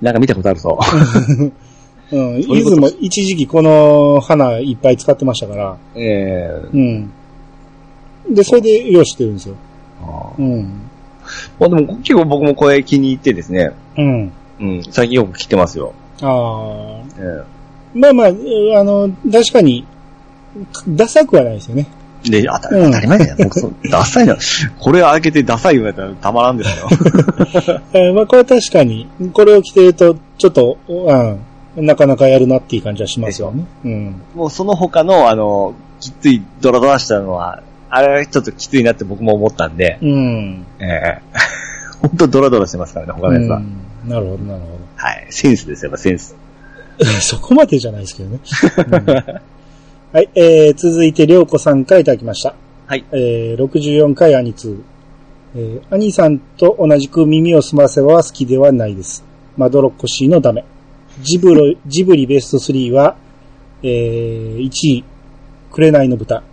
Speaker 2: なんか見たことあるぞ。
Speaker 1: うん。
Speaker 2: そうい
Speaker 1: ゆ
Speaker 2: うこ
Speaker 1: ず
Speaker 2: と
Speaker 1: も一時期この花いっぱい使ってましたから、
Speaker 2: ええー
Speaker 1: うん。で、それで用意してるんですよ。
Speaker 2: あー
Speaker 1: うん。
Speaker 2: まあでも結構僕もこれ気に入ってですね。
Speaker 1: うん。
Speaker 2: うん。最近よく来てますよ。
Speaker 1: ああ。
Speaker 2: えー
Speaker 1: まあまあ、えーあの、確かに、ダサくはないですよね。
Speaker 2: で、あた
Speaker 1: うん
Speaker 2: 当たり前だよ。僕そう、 ダサいな。これ開けてダサい言われたらたまらん ですよ。
Speaker 1: えーまあこれは確かに、これを着てると、ちょっと、うん、なかなかやるなっていう感じはしますよね。うん。
Speaker 2: もうその他の、あの、きついドラドラしたのは、あれはちょっときついなって僕も思ったんで、
Speaker 1: うん。
Speaker 2: ええ ほんとドラドラしてますからね、他のやつは。
Speaker 1: うんなるほど、なるほ
Speaker 2: はい。センスですよ、やっぱセンス。
Speaker 1: ど。そこまでじゃないですけどね。うんはい、えー、続いて、りょうこさんからいただきました。
Speaker 2: はい。
Speaker 1: えー、64回兄2。えー、兄さんと同じく耳を澄ませばは好きではないです。まどろっこしいのダメ。ジブロ、ジブリベスト3は、えー、1位、紅の豚。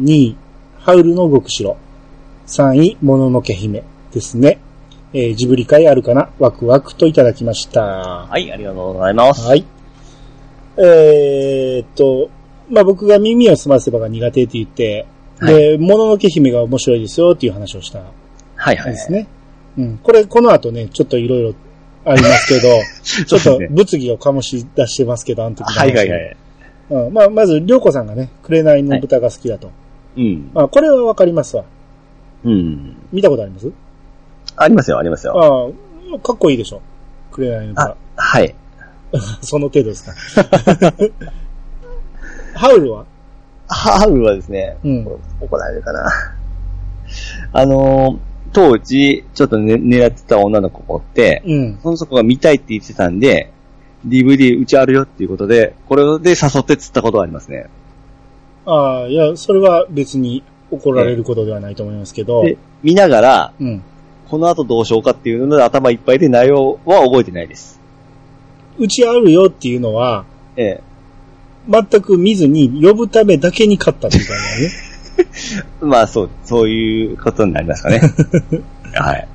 Speaker 1: 2位、ハウルの動く城。3位、もののけ姫ですね。えー、ジブリ会あるかなワクワクといただきました。
Speaker 2: はい、ありがとうございます。
Speaker 1: はい。えーっと、まあ、僕が耳を澄ませばが苦手って言って、で、もののけ姫が面白いですよっていう話をしたん
Speaker 2: はい、はい。
Speaker 1: ですね。うん。これ、この後ね、ちょっといろいろありますけ ど、ちょっ
Speaker 2: そう
Speaker 1: と
Speaker 2: ですね
Speaker 1: 物議を醸し出してますけど、あの時の話
Speaker 2: はい、はい、はい。
Speaker 1: うん。まあ、まず、りょうこさんがね、紅の豚が好きだと。
Speaker 2: うん。
Speaker 1: まあ、これはわかりますわ。
Speaker 2: うん。
Speaker 1: 見たことあります
Speaker 2: ありますよ、あります
Speaker 1: あ
Speaker 2: よ。
Speaker 1: あ、かっこいいでしょ。紅の豚。
Speaker 2: はい。
Speaker 1: その程度ですか。 ハウルは
Speaker 2: ハウルはですね、
Speaker 1: うん
Speaker 2: 怒られるかな。あのー当時、ちょっと、ね、狙ってた女の子がおって、
Speaker 1: うん。
Speaker 2: その子が見たいって言ってたんで、DVD うちあるよっていうことで、これで誘って釣ったことはありますね。
Speaker 1: ああ、いや、それは別に怒られることではないと思いますけど、
Speaker 2: で、見ながら、
Speaker 1: うん。
Speaker 2: この後どうしようかっていうので頭いっぱいで内容は覚えてないです。
Speaker 1: うちあるよっていうのは、
Speaker 2: ええ。
Speaker 1: 全く見ずに呼ぶためだけに勝ったみたいなね。
Speaker 2: まあ、そう、そういうことになりますかね。はい。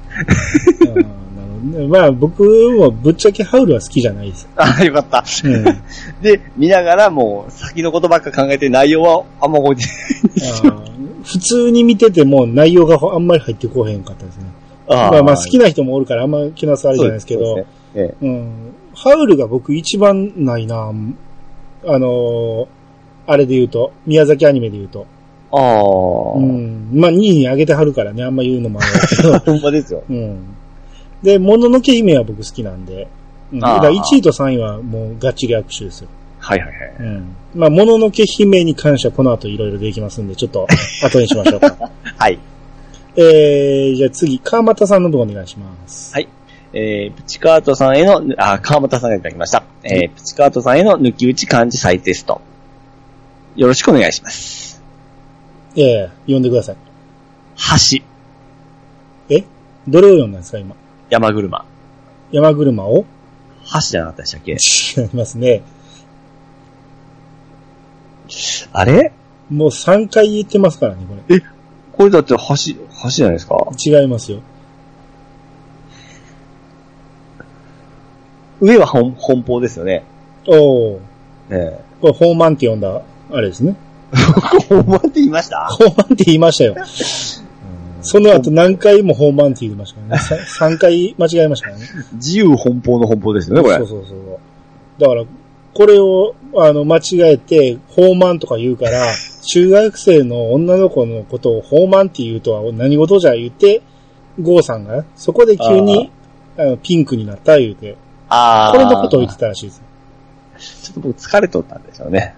Speaker 1: あーなるほどねまあ僕もぶっちゃけハウルは好きじゃないですよ。
Speaker 2: ああ、よかった。
Speaker 1: うんあ
Speaker 2: で、見ながらもう先のことばっか考えて内容はあんま覚えて
Speaker 1: ー普通に見てても内容があんまり入ってこへんかったですね。
Speaker 2: ない。
Speaker 1: まあまあ好きな人もおるからあんま気なさあれじゃないですけど、
Speaker 2: そうですね。ええ
Speaker 1: うん、ハウルが僕一番ないなあのーあれで言うと、宮崎アニメで言うと。
Speaker 2: ああ、
Speaker 1: うん。まあ2位に上げてはるからね、あんま言うのもあれだけど。
Speaker 2: ほんまですよ。
Speaker 1: うん。で、もののけ姫は僕好きなんで。うん、だ
Speaker 2: あー
Speaker 1: から1位と3位はもうガッチリ握手ですよ。
Speaker 2: はいはいはい。
Speaker 1: うん。まあ、もののけ姫に関してはこの後いろいろできますんで、ちょっと後にしましょう か。
Speaker 2: はい。
Speaker 1: えー、じゃあ次、川又さんの分お願いします。
Speaker 2: はい。えー、プチカートさんへの、あ、川本さんがいただきました。えー、プチカートさんへの抜き打ち漢字再テスト。よろしくお願いします。
Speaker 1: えー、呼んでください。
Speaker 2: 橋、
Speaker 1: えどれを読んだんですか、今。
Speaker 2: 山車。
Speaker 1: 山車を
Speaker 2: 橋じゃなかったでしたっけ
Speaker 1: 違いますね。
Speaker 2: あれ
Speaker 1: もう3回言ってますからね、これ。
Speaker 2: これだって橋、橋じゃないですか
Speaker 1: 違いますよ。
Speaker 2: 上は本本邦ですよね。
Speaker 1: おー。
Speaker 2: え
Speaker 1: これ、宝満って呼んだ、あれですね。
Speaker 2: え。本番って言いました
Speaker 1: 宝満って言いましたよ。その後何回も宝満って言いましたから ね。さ3回間違えましたからね。
Speaker 2: 自由奔放の奔放ですよね、これ。
Speaker 1: そうそうそう。だから、これを、あの、間違えて、放満とか言うから、中学生の女の子のことを放満って言うとは何事じゃ言って、ゴーさんが、そこで急に、あの、ピンクになった言うて、
Speaker 2: あ
Speaker 1: これのことを言ってたらしいです。
Speaker 2: ちょっと僕疲れとったんでしょうね。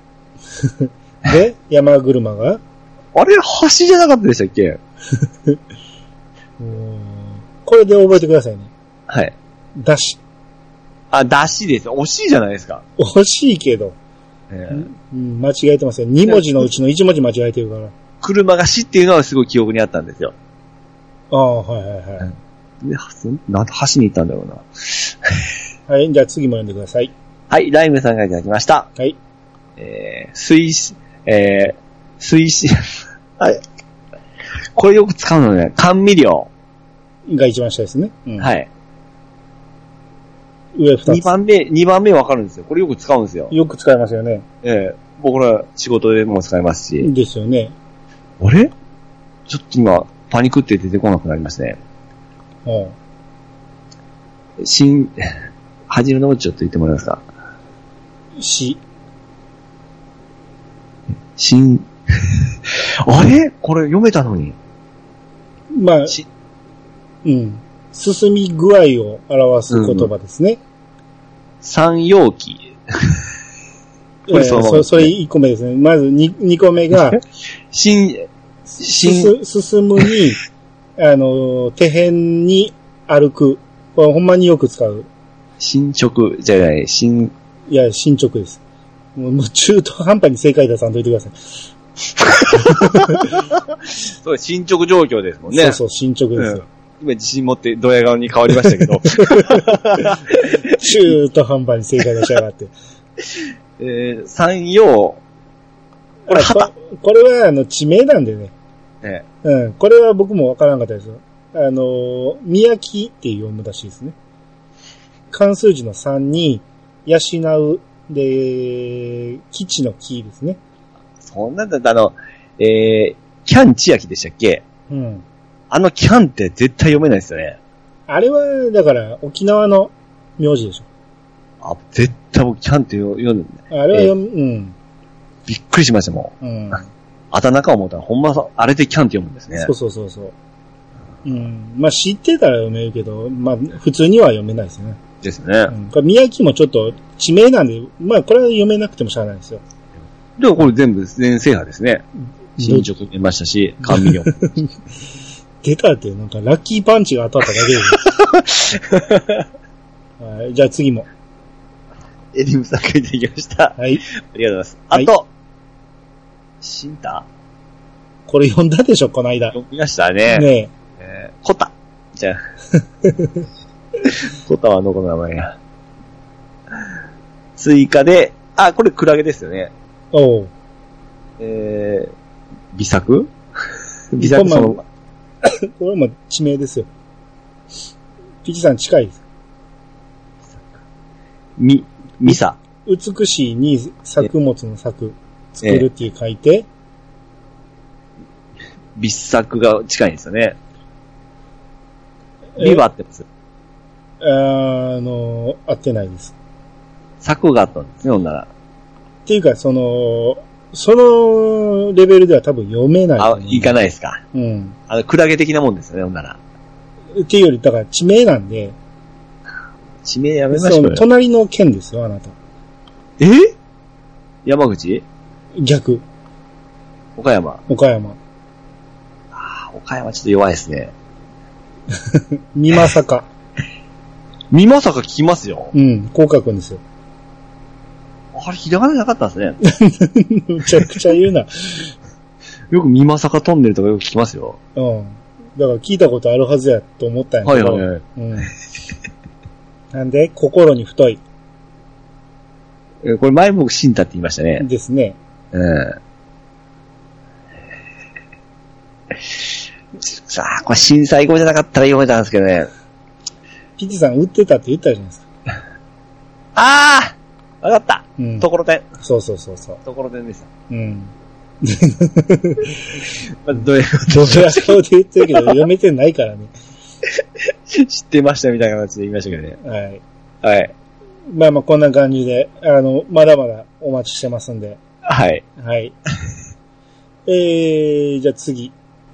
Speaker 1: で、山車が、
Speaker 2: あれ、橋じゃなかったでしたっけ
Speaker 1: うーんこれで覚えてくださいね。
Speaker 2: はい。
Speaker 1: だし、
Speaker 2: あ、出しです。惜しいじゃないですか。
Speaker 1: 惜しいけど、
Speaker 2: ええ
Speaker 1: うん、間違えてますよ。2文字のうちの1文字間違えてるから。
Speaker 2: 車が死っていうのはすごい記憶にあったんですよ。
Speaker 1: ああ、はいはいはい。
Speaker 2: で、そなんで橋に行ったんだろうな。
Speaker 1: はい、じゃあ次も読んでください。
Speaker 2: はい、ライムさんがいただきました。
Speaker 1: はい。
Speaker 2: えー、水死、えー、水死、はい。これよく使うのね、甘味料。
Speaker 1: が一番下ですね。うん
Speaker 2: はい。
Speaker 1: 上二
Speaker 2: 2
Speaker 1: つ。
Speaker 2: 番目、二番目わかるんですよ。これよく使うんですよ。
Speaker 1: よく使いますよね。
Speaker 2: ええ僕ら仕事でも使いますし。
Speaker 1: ですよね。
Speaker 2: あれちょっと今、パニックって出てこなくなりますね。
Speaker 1: うん。
Speaker 2: 新、初めのうちょっと言ってもらえますか。
Speaker 1: し、
Speaker 2: 新、 あれこれ読めたのに。
Speaker 1: まあ、
Speaker 2: し
Speaker 1: うん。進み具合を表す言葉ですね。
Speaker 2: 三容器。これ
Speaker 1: えー
Speaker 2: そう
Speaker 1: そそれ1個目ですね。まず 2, 二個目 が、
Speaker 2: 新、新
Speaker 1: 進進むに、あのー、手辺に歩く。これほんまによく使う。
Speaker 2: 新直、じゃない、新、
Speaker 1: いや、進捗です。もうもう中途半端に正解出さんといてください。
Speaker 2: そう、進捗状況ですもん
Speaker 1: そ
Speaker 2: ね
Speaker 1: う。そう、進捗ですよ。
Speaker 2: 今自信持ってドヤ顔に変わりました けど。
Speaker 1: 中途半端に正解出しやがって。
Speaker 2: えー、三容、 これ
Speaker 1: あ
Speaker 2: 旗。
Speaker 1: ここれは、あの、地名なんでね。
Speaker 2: え
Speaker 1: うん。これは僕もわからんかったですよ。あのー、宮城っていう読むらしいですね。関数字の3に、養う、で、基地の木ですね。
Speaker 2: そんなんだったらあの、えー、キャン千秋でしたっけ
Speaker 1: うん。
Speaker 2: あのキャンって絶対読めないですよね。
Speaker 1: あれは、だから、沖縄の名字でしょ。
Speaker 2: あ、絶対僕キャンって読読んで、
Speaker 1: あれは読む、うん。
Speaker 2: びっくりしましたもん。
Speaker 1: うん。
Speaker 2: あだ名か思ったら、ほんまさ、あれでキャンって読むんですね。
Speaker 1: そうそうそうそう。うん。まあ、知ってたら読めるけど、まあ、普通には読めないですね。
Speaker 2: ですよね
Speaker 1: う。ん。これ宮城もちょっと地名なんで、まあ、これは読めなくてもしゃあないですよ。
Speaker 2: でもこれ全部全制覇ですね。新宿出ましたし、甘味料。
Speaker 1: 出たって、なんかラッキーパンチが当たっただけです。 はい、じゃあ次も。
Speaker 2: エリムさんがいただきました。あ
Speaker 1: はい。
Speaker 2: りがとうござい
Speaker 1: は
Speaker 2: ま
Speaker 1: い
Speaker 2: す。あと、シンタ
Speaker 1: これ読んだでしょ、この間。ね
Speaker 2: 読みましたね。
Speaker 1: え。
Speaker 2: えーコタ。じゃあ。 コタはどこの名前や。追加で、あ、これクラゲですよね。
Speaker 1: おう。
Speaker 2: えー、微作微作その、
Speaker 1: これも地名ですよ。ピチさん近いです。
Speaker 2: み、ミサ。
Speaker 1: 美しいに作物の作、作るっていう書いて、
Speaker 2: ビッサクが近いんですよね。
Speaker 1: え
Speaker 2: ビバってます。
Speaker 1: あの、合ってないです。
Speaker 2: 作があったんですね、ほんなら。
Speaker 1: っていうか、その、そのレベルでは多分読めない。
Speaker 2: あ、いかないですか。
Speaker 1: うん。
Speaker 2: あの、クラゲ的なもんですよね、ほんなら。
Speaker 1: っていうより、だから地名なんで、
Speaker 2: 地名やめまし
Speaker 1: そ
Speaker 2: ょう
Speaker 1: の
Speaker 2: よ。
Speaker 1: 隣の県ですよ、あなた。
Speaker 2: え山口
Speaker 1: 逆、
Speaker 2: 岡山。
Speaker 1: 岡山。
Speaker 2: あ岡山ちょっと弱いですね。
Speaker 1: 美まさか。
Speaker 2: みまさか聞きますよ。
Speaker 1: うん、こう書くんですよ。
Speaker 2: あれ、ひらがなじゃなかったんですね。
Speaker 1: むちゃくちゃ言うな。
Speaker 2: よくみまさかトンネルとかよく聞きますよ。
Speaker 1: うん。だから聞いたことあるはずやと思ったんや
Speaker 2: は
Speaker 1: け
Speaker 2: い
Speaker 1: ど。
Speaker 2: はいはい。
Speaker 1: うん。なんで、心に太い
Speaker 2: えこれ前もシンタって言いましたね。
Speaker 1: ですね。
Speaker 2: うん。さあ、これ震災後じゃなかったら読めたんですけどね。
Speaker 1: ピチさん売ってたって言ったじゃないですか。
Speaker 2: ああわかった
Speaker 1: うん。
Speaker 2: ところてん。
Speaker 1: そうそうそうそう。
Speaker 2: ところてんでした。
Speaker 1: うん。
Speaker 2: まあ、 どういう こ
Speaker 1: ドブラ顔で言ってるけど、読めてないからね。
Speaker 2: と知ってましたみたいな形で言いましたけどね。
Speaker 1: はい。
Speaker 2: はい。
Speaker 1: まあまあ、こんな感じで、あの、まだまだお待ちしてますんで。
Speaker 2: はい。
Speaker 1: はい。 えー、じゃあ次。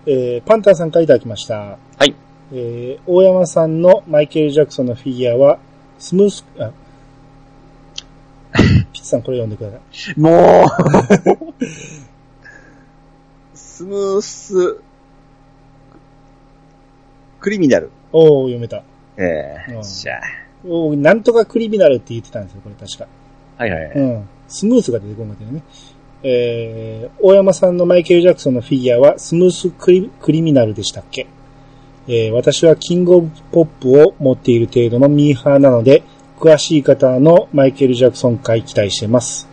Speaker 1: えー、パンタンさんからいただきました。
Speaker 2: はい。
Speaker 1: えー、大山さんのマイケル・ジャクソンのフィギュアは、スムース、 あ、ピッツさんこれ読んでください。
Speaker 2: もうスムース、クリミナル。
Speaker 1: おー、読めた。
Speaker 2: ええ
Speaker 1: うん
Speaker 2: じゃ
Speaker 1: おーなんとかクリミナルって言ってたんですよ、これ確か。
Speaker 2: あ。はいはいはい。
Speaker 1: うん。スムースが出てこなかったよね。えー、大山さんのマイケル・ジャクソンのフィギュアはスムースクリクリミナルでしたっけえー、私はキングオブポップを持っている程度のミーハーなので、詳しい方のマイケル・ジャクソン回期待してます。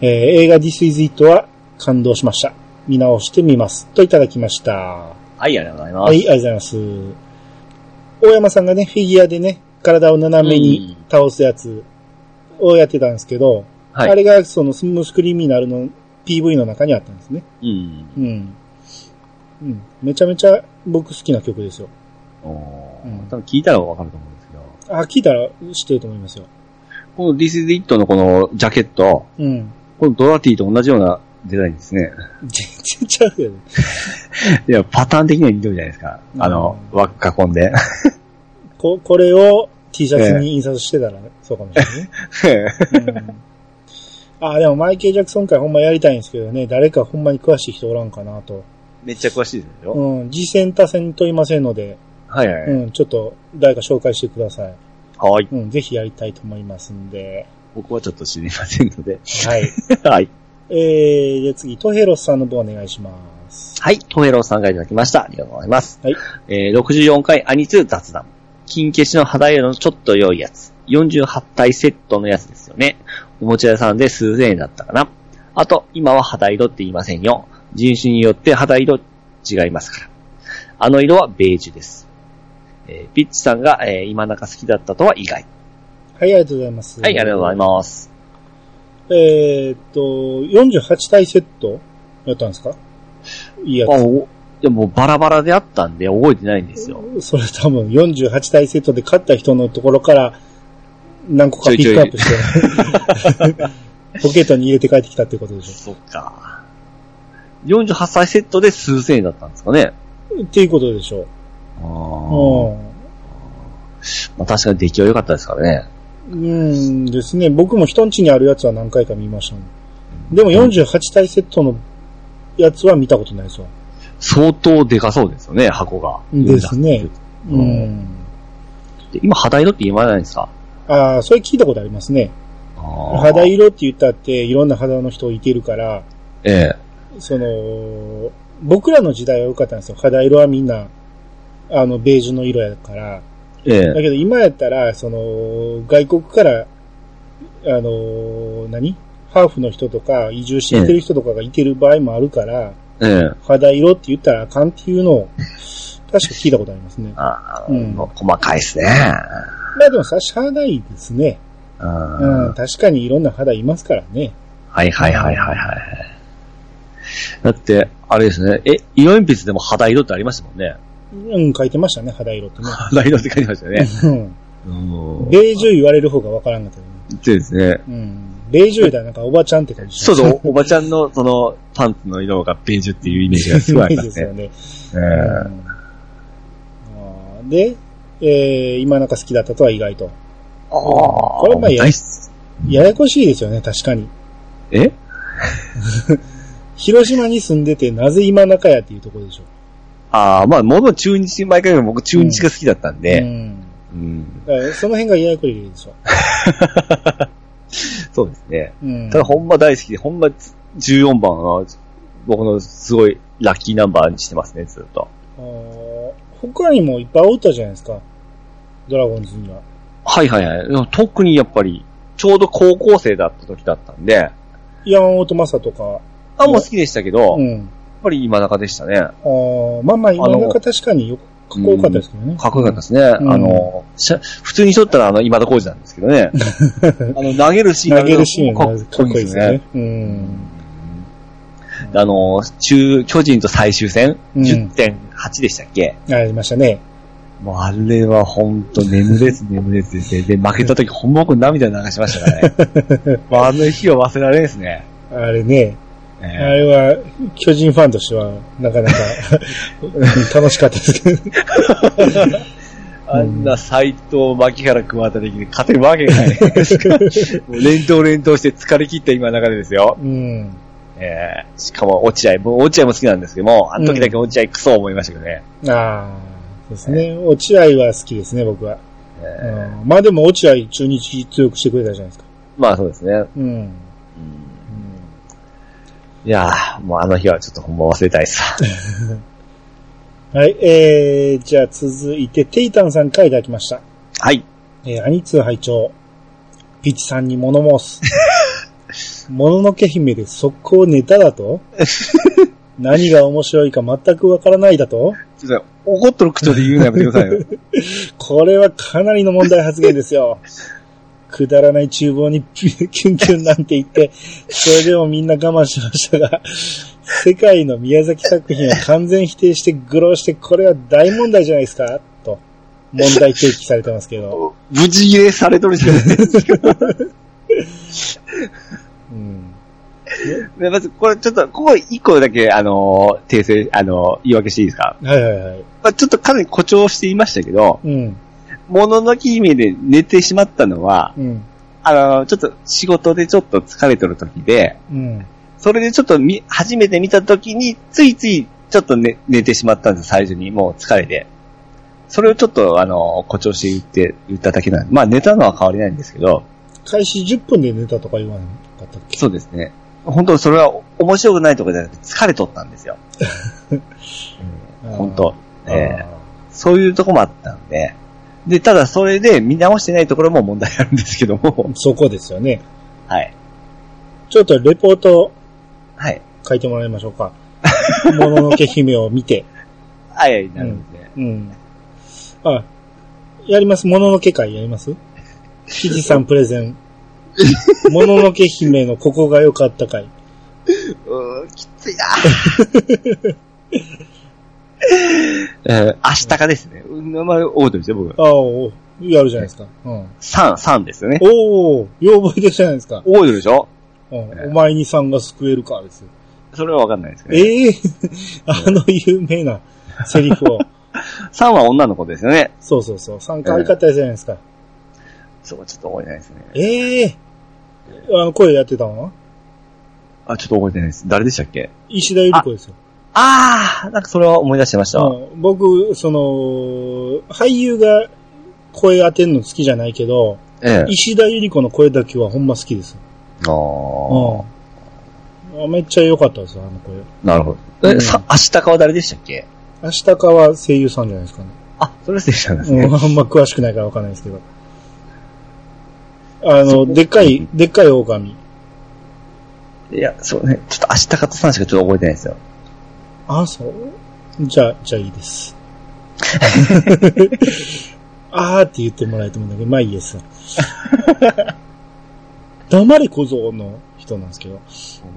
Speaker 1: えー、映画 This is It は感動しました。見直してみます。といただきました。
Speaker 2: はい、ありがとうございます。
Speaker 1: はい、ありがとうございます。大山さんがね、フィギュアでね、体を斜めに倒すやつをやってたんですけど、
Speaker 2: はい。
Speaker 1: あれがそのスムースクリミナルの PV の中にあったんですね。
Speaker 2: うん。
Speaker 1: うん。うん。めちゃめちゃ僕好きな曲ですよ。
Speaker 2: おー
Speaker 1: うん
Speaker 2: 多分聞いたらわかると思うんですけど、
Speaker 1: あ、聞いたら知ってると思いますよ。
Speaker 2: この This is It のこのジャケット、
Speaker 1: うん。
Speaker 2: このドラティと同じようなデザインですね。
Speaker 1: 全然ちゃうけど。
Speaker 2: いや、パターン的には似てるじゃないですか。あの、
Speaker 1: うん
Speaker 2: 輪っか囲 んで。
Speaker 1: こ、これを T シャツに印刷してたら、ね、そうかもしれないね。うんあ、でもマイケル・ジャクソン会ほんまやりたいんですけどね、誰かほんまに詳しい人おらんかなと。
Speaker 2: めっちゃ詳しいですよ。
Speaker 1: うん、次戦他戦問いませんので、
Speaker 2: はいはい。
Speaker 1: うん、ちょっと誰か紹介してください。
Speaker 2: はい。
Speaker 1: うん、ぜひやりたいと思いますんで、
Speaker 2: 僕はちょっと知りませんので。
Speaker 1: はい。
Speaker 2: はい。
Speaker 1: えー、じゃあ次、トヘロスさんの分お願いします。
Speaker 2: はい。トヘロさんからいただきました。ありがとうございます。
Speaker 1: はい。
Speaker 2: えー、64回アニツ雑談。金消しの肌色のちょっと良いやつ。48体セットのやつですよね。おもちゃ屋さんで数千円だったかな。あと、今は肌色って言いませんよ。人種によって肌色違いますから。あの色はベージュです。えー、ピッチさんが、えー、今中好きだったとは意外。
Speaker 1: はい、ありがとうございます。
Speaker 2: はい、ありがとうございます。
Speaker 1: す。えーっと、48体セットやったんですかいいや
Speaker 2: あおでもバラバラであったんで覚えてないんですよ。
Speaker 1: つ。それ多分48体セットで勝った人のところから何個かピックアップ して、 ポケットに入れて帰ってきたってことでし
Speaker 2: そっか。48歳セットで数千円だったんですかね。
Speaker 1: ょ。っていうことでしょ
Speaker 2: あ
Speaker 1: う。
Speaker 2: あ。まあ、確かに出来は良かったですからね。
Speaker 1: うん。うんですね。僕も人ん家にあるやつは何回か見ましたね。でも48体セットのやつは見たことないですわ。
Speaker 2: 相当でかそうですよね、箱が。
Speaker 1: ですね。
Speaker 2: う
Speaker 1: うんん。
Speaker 2: で今、肌色って言わないんですか
Speaker 1: ああ、それ聞いたことありますね。
Speaker 2: あー
Speaker 1: 肌色って言ったって、いろんな肌の人いてるから、
Speaker 2: ええ。
Speaker 1: その、僕らの時代は良かったんですよ。肌色はみんな、あの、ベージュの色やから。
Speaker 2: え
Speaker 1: だ
Speaker 2: え。
Speaker 1: けど今やったら、その、外国から、あの、何ハーフの人とか、移住してきてる人とかがいてる場合もあるから、
Speaker 2: ええ。
Speaker 1: 肌色って言ったらあかんっていうのを、確か聞いたことありますね。
Speaker 2: ああ、
Speaker 1: うん
Speaker 2: 細かいですね。
Speaker 1: まあでもさ、しゃあないですね。
Speaker 2: う
Speaker 1: うんん、確かにいろんな肌いますからね。
Speaker 2: はいはいはいはいはい。だって、あれですね、え、色鉛筆でも肌色ってありますもんね。
Speaker 1: うん、書いてましたね、肌色ってね。
Speaker 2: 肌色って書いてましたよね。
Speaker 1: うん
Speaker 2: うん。
Speaker 1: ベージュ言われる方がわからんかったけどね。
Speaker 2: そうですね。
Speaker 1: うん。ベージュだなんかおばちゃんって感じ。
Speaker 2: そうそう、おばちゃんのそのパンツの色がベージュっていうイメージがす ごいあり
Speaker 1: い
Speaker 2: ま
Speaker 1: です
Speaker 2: す
Speaker 1: よ
Speaker 2: ね。
Speaker 1: ね。
Speaker 2: え
Speaker 1: うんあーで、えー、今なんか好きだったとは意外と。
Speaker 2: ああ
Speaker 1: これまあや
Speaker 2: 大好
Speaker 1: ややこしいですよね、確かに。
Speaker 2: きえ
Speaker 1: 広島に住んでて、なぜ今中やっていうところでしょ
Speaker 2: ああ、まあ、もの中日、毎回僕中日が好きだったん
Speaker 1: う。う
Speaker 2: で、
Speaker 1: ん。
Speaker 2: うん。
Speaker 1: だからその辺がややこしいでしょ。
Speaker 2: そうですね。
Speaker 1: うん。
Speaker 2: ただ、ほんま大好きで、ほんま14番は、僕のすごいラッキーナンバーにしてますね、ずっと。
Speaker 1: あー他にもいっぱいおったじゃないですか。ドラゴンズには。
Speaker 2: はいはいはいでも。特にやっぱり、ちょうど高校生だった時だったんで、
Speaker 1: 山本正とか。
Speaker 2: あ、もう好きでしたけど、
Speaker 1: う
Speaker 2: やっ
Speaker 1: ん。
Speaker 2: ぱり今中でしたね。
Speaker 1: あーまあまあ、今中確かによかっこよかったですけどね。
Speaker 2: かっこよかったで
Speaker 1: です
Speaker 2: ね。
Speaker 1: ん
Speaker 2: あの、しゃ普通にしとったらあの、今田耕司なんですけ どね。あの、投げるシーン
Speaker 1: 投げるシーンが
Speaker 2: かっ
Speaker 1: か
Speaker 2: こ
Speaker 1: っ
Speaker 2: い
Speaker 1: こ
Speaker 2: い
Speaker 1: いい
Speaker 2: で
Speaker 1: ですす
Speaker 2: ね
Speaker 1: ね。。うん。
Speaker 2: うんあの、中、巨人と最終戦、
Speaker 1: うん
Speaker 2: 10.8でしたっけ、
Speaker 1: ありましたね。
Speaker 2: もうあれは本当眠れず眠れずで、で、負けた時ほんま僕涙流しましたからね。 もうあの日は忘れられないですね。
Speaker 1: あれね。あ
Speaker 2: ええ
Speaker 1: れは、巨人ファンとしては、なかな か楽しかったですけど。
Speaker 2: あんな斎藤、牧原、桑田的に勝てるわけがない。もう連投連投して疲れ切った今の中でですよ。
Speaker 1: うん。
Speaker 2: えーしかも落合、僕落合も好きなんですけども、あの時だけ落合クソ思いましたけどね。
Speaker 1: ああ、そうですね。落合は好きですね、僕は。
Speaker 2: え
Speaker 1: うん、まあでも落合中日強くしてくれたじゃないですか。
Speaker 2: ーまあそうですね。
Speaker 1: うん。
Speaker 2: いやー、もうあの日はちょっとほんま忘れたいっす。
Speaker 1: うんはい、えー、じゃあ続いて、テイタンさんからいただきました。
Speaker 2: はい。
Speaker 1: えー、アニツー拝聴ピチさんに物申す。もののけ姫で速攻ネタだと何が面白いか全くわからないだと
Speaker 2: ちょっと、怒っとる口調で言うのやめてくださいよ。
Speaker 1: これはかなりの問題発言ですよ。くだらない厨房に キュンキュンなんて言って、それでもみんな我慢しましたが、世界の宮崎作品を完全否定して愚弄して、これは大問題じゃないですかと、問題提起されてますけど。
Speaker 2: 無事切れされとるしかない。
Speaker 1: うん。
Speaker 2: でまず、これちょっと、ここ一個だけ、あのー訂正、あのー言い訳していいですか
Speaker 1: はいはいはい。
Speaker 2: まあ、ちょっとかなり誇張していましたけど、
Speaker 1: うん。
Speaker 2: もののけ姫で寝てしまったのは、
Speaker 1: うん。
Speaker 2: あの、ちょっと仕事でちょっと疲れとる時で、
Speaker 1: うん。
Speaker 2: それでちょっとみ、初めて見た時に、ついついちょっと寝寝てしまったんです、最初に。もう疲れて。それをちょっと、あの、誇張して言って、言っただけなんで、まあ寝たのは変わりないんですけど、
Speaker 1: 開始10分で寝たとか言わなかったっけ
Speaker 2: そうですね。本当それは面白くないとかじゃなくて疲れとったんですよ。本。当、
Speaker 1: あー
Speaker 2: えー
Speaker 1: あ
Speaker 2: そういうとこもあったんで。で、ただそれで見直してないところも問題あるんですけども
Speaker 1: ー。そこですよね。
Speaker 2: はい。
Speaker 1: ちょっとレポート
Speaker 2: はい。
Speaker 1: 書いてもらいましょう か。もののけ姫を見て。
Speaker 2: はい、なるほどね。
Speaker 1: うん。あ、やります。もののけ会やりますひじさんプレゼ ン。もののけ姫のここが良かった会。
Speaker 2: うーきついな えー、明日かですね。うん名前、覚えてるでしょ、僕。
Speaker 1: ああ、おやるじゃないですか。うん。
Speaker 2: 三、三ですよね。
Speaker 1: おお、よう覚えてるじゃないですか。
Speaker 2: 覚えてるでしょ
Speaker 1: うん、お前にさんが救えるか、ですよ。
Speaker 2: それはわかんないですけど、ね。
Speaker 1: ええ あの有名なセリフを。
Speaker 2: 三は女の子ですよね。
Speaker 1: そうそうそう。参加相方じゃないですか。
Speaker 2: そこちょっと覚えてないですね。
Speaker 1: ええあの、声やってたのは
Speaker 2: あ、ちょっと覚えてないです。誰でしたっけ
Speaker 1: 石田ゆり子ですよ。
Speaker 2: あー、なんかそれは思い出してました。
Speaker 1: うん、僕、その、俳優が声当てんの好きじゃないけど、
Speaker 2: ええ。
Speaker 1: 石田ゆり子の声だけはほんま好きです。
Speaker 2: あー、
Speaker 1: うん。めっちゃ良かったですよ、あの声。
Speaker 2: なるほど。
Speaker 1: う
Speaker 2: え、
Speaker 1: ん
Speaker 2: さ、明日かは誰でしたっけ
Speaker 1: 明日かは声優さんじゃないですかね。
Speaker 2: あ、それは失礼なんです
Speaker 1: うん、
Speaker 2: ね。
Speaker 1: あんま詳しくないからわかんないですけど。あ
Speaker 2: そ
Speaker 1: の、
Speaker 2: こ
Speaker 1: でっかい、でっかい狼。
Speaker 2: いや、そうね。ちょっと明日かと三しかちょっと覚えてないですよ。
Speaker 1: あ、そうじゃあ、じゃあいいです。あーって言ってもらえると思うんだけど、まあいいです。黙れ小僧の人なんですけど。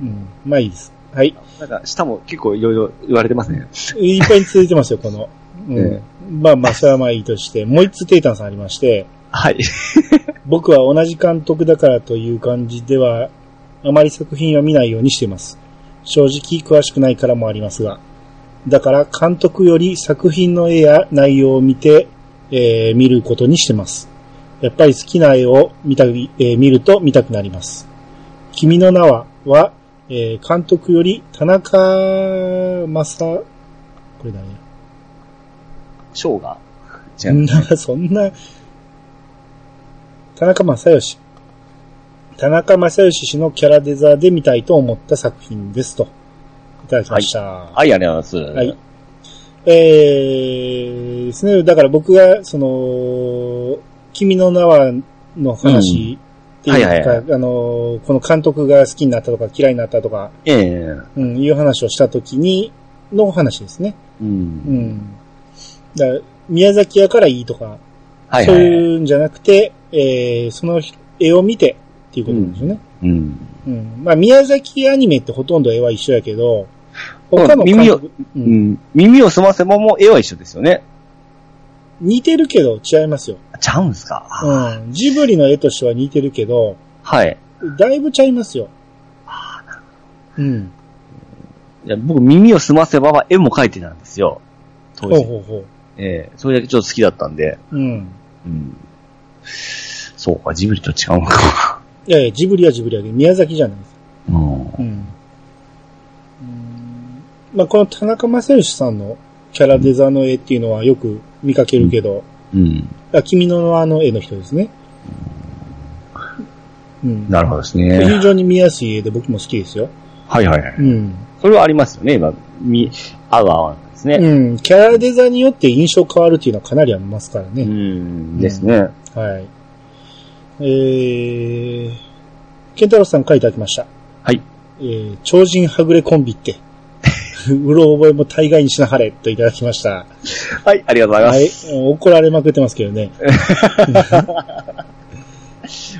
Speaker 1: うん。まあいいです。はい。
Speaker 2: なんか、下も結構いろいろ言われてますね。
Speaker 1: いっぱい続いてますよ、この。うん。
Speaker 2: え
Speaker 1: まあまあ、それはまあいいとして、もう一つテイタンさんありまして、
Speaker 2: はい。
Speaker 1: 僕は同じ監督だからという感じでは、あまり作品を見ないようにしています。正直詳しくないからもありますが。だから監督より作品の絵や内容を見て、えー見ることにしてます。やっぱり好きな絵を見たり、えー見ると見たくなります。君の名は、は、えー監督より田中正、これ何や
Speaker 2: ショーが。
Speaker 1: そん な、そんな、田中正義。田中正義氏のキャラデザで見たいと思った作品ですと。いただきました。は
Speaker 2: はい、ありがとうございます。
Speaker 1: はい。えー、ですね。だから僕が、その、君の名はの話っていうか、
Speaker 2: はいはいはい
Speaker 1: あの、この監督が好きになったとか嫌いになったとか、
Speaker 2: ええ
Speaker 1: うん、いう話をした時に、の話ですね。
Speaker 2: う。
Speaker 1: うんん。だから宮崎屋からいいとか、
Speaker 2: はい
Speaker 1: そ
Speaker 2: は
Speaker 1: う
Speaker 2: いはい。
Speaker 1: いうんじゃなくて、えーその絵を見てっていうことなんですよね。
Speaker 2: うん。
Speaker 1: うん。まあ、宮崎アニメってほとんど絵は一緒やけど、他の
Speaker 2: 耳
Speaker 1: 監
Speaker 2: を
Speaker 1: 督う、
Speaker 2: うんん。耳をすませもも絵は一緒ですよね。
Speaker 1: 似てるけど違いますよ。
Speaker 2: ちゃうんすか、
Speaker 1: うん。ジブリの絵としては似てるけど、
Speaker 2: はい。
Speaker 1: だいぶちゃいますよ。うん。
Speaker 2: いや僕、耳をすませばは絵も描いてたんですよ。当
Speaker 1: ほう
Speaker 2: 時。
Speaker 1: ほうほ
Speaker 2: ええそれだけちょっと好きだったんで。
Speaker 1: う。うん。
Speaker 2: うん。そうか、ジブリと違うのか。
Speaker 1: いやいや、ジブリはジブリやけど、宮崎じゃないです。
Speaker 2: うん。
Speaker 1: うん。うんまあ、この田中正義さんのキャラデザの絵っていうのはよく見かけるけど、
Speaker 2: うん。
Speaker 1: あ、君の名はの絵の人ですね。うん。
Speaker 2: なるほどですね。
Speaker 1: 非常に見やすい絵で僕も好きですよ。。
Speaker 2: はいはいはいう
Speaker 1: ん。
Speaker 2: それはありますよね、今。み、合う合わないですね。
Speaker 1: うん。キャラデザによって印象変わるっていうのはかなりありますから
Speaker 2: う
Speaker 1: ね。
Speaker 2: ん。ですね。
Speaker 1: はい。えー、ケンタロウさん書いてありました。
Speaker 2: はい。
Speaker 1: えー、超人はぐれコンビって。 うろ覚えも大概にしなはれといただきました。
Speaker 2: はい、ありがとうございま
Speaker 1: は
Speaker 2: す。
Speaker 1: い。怒られまくってますけどね。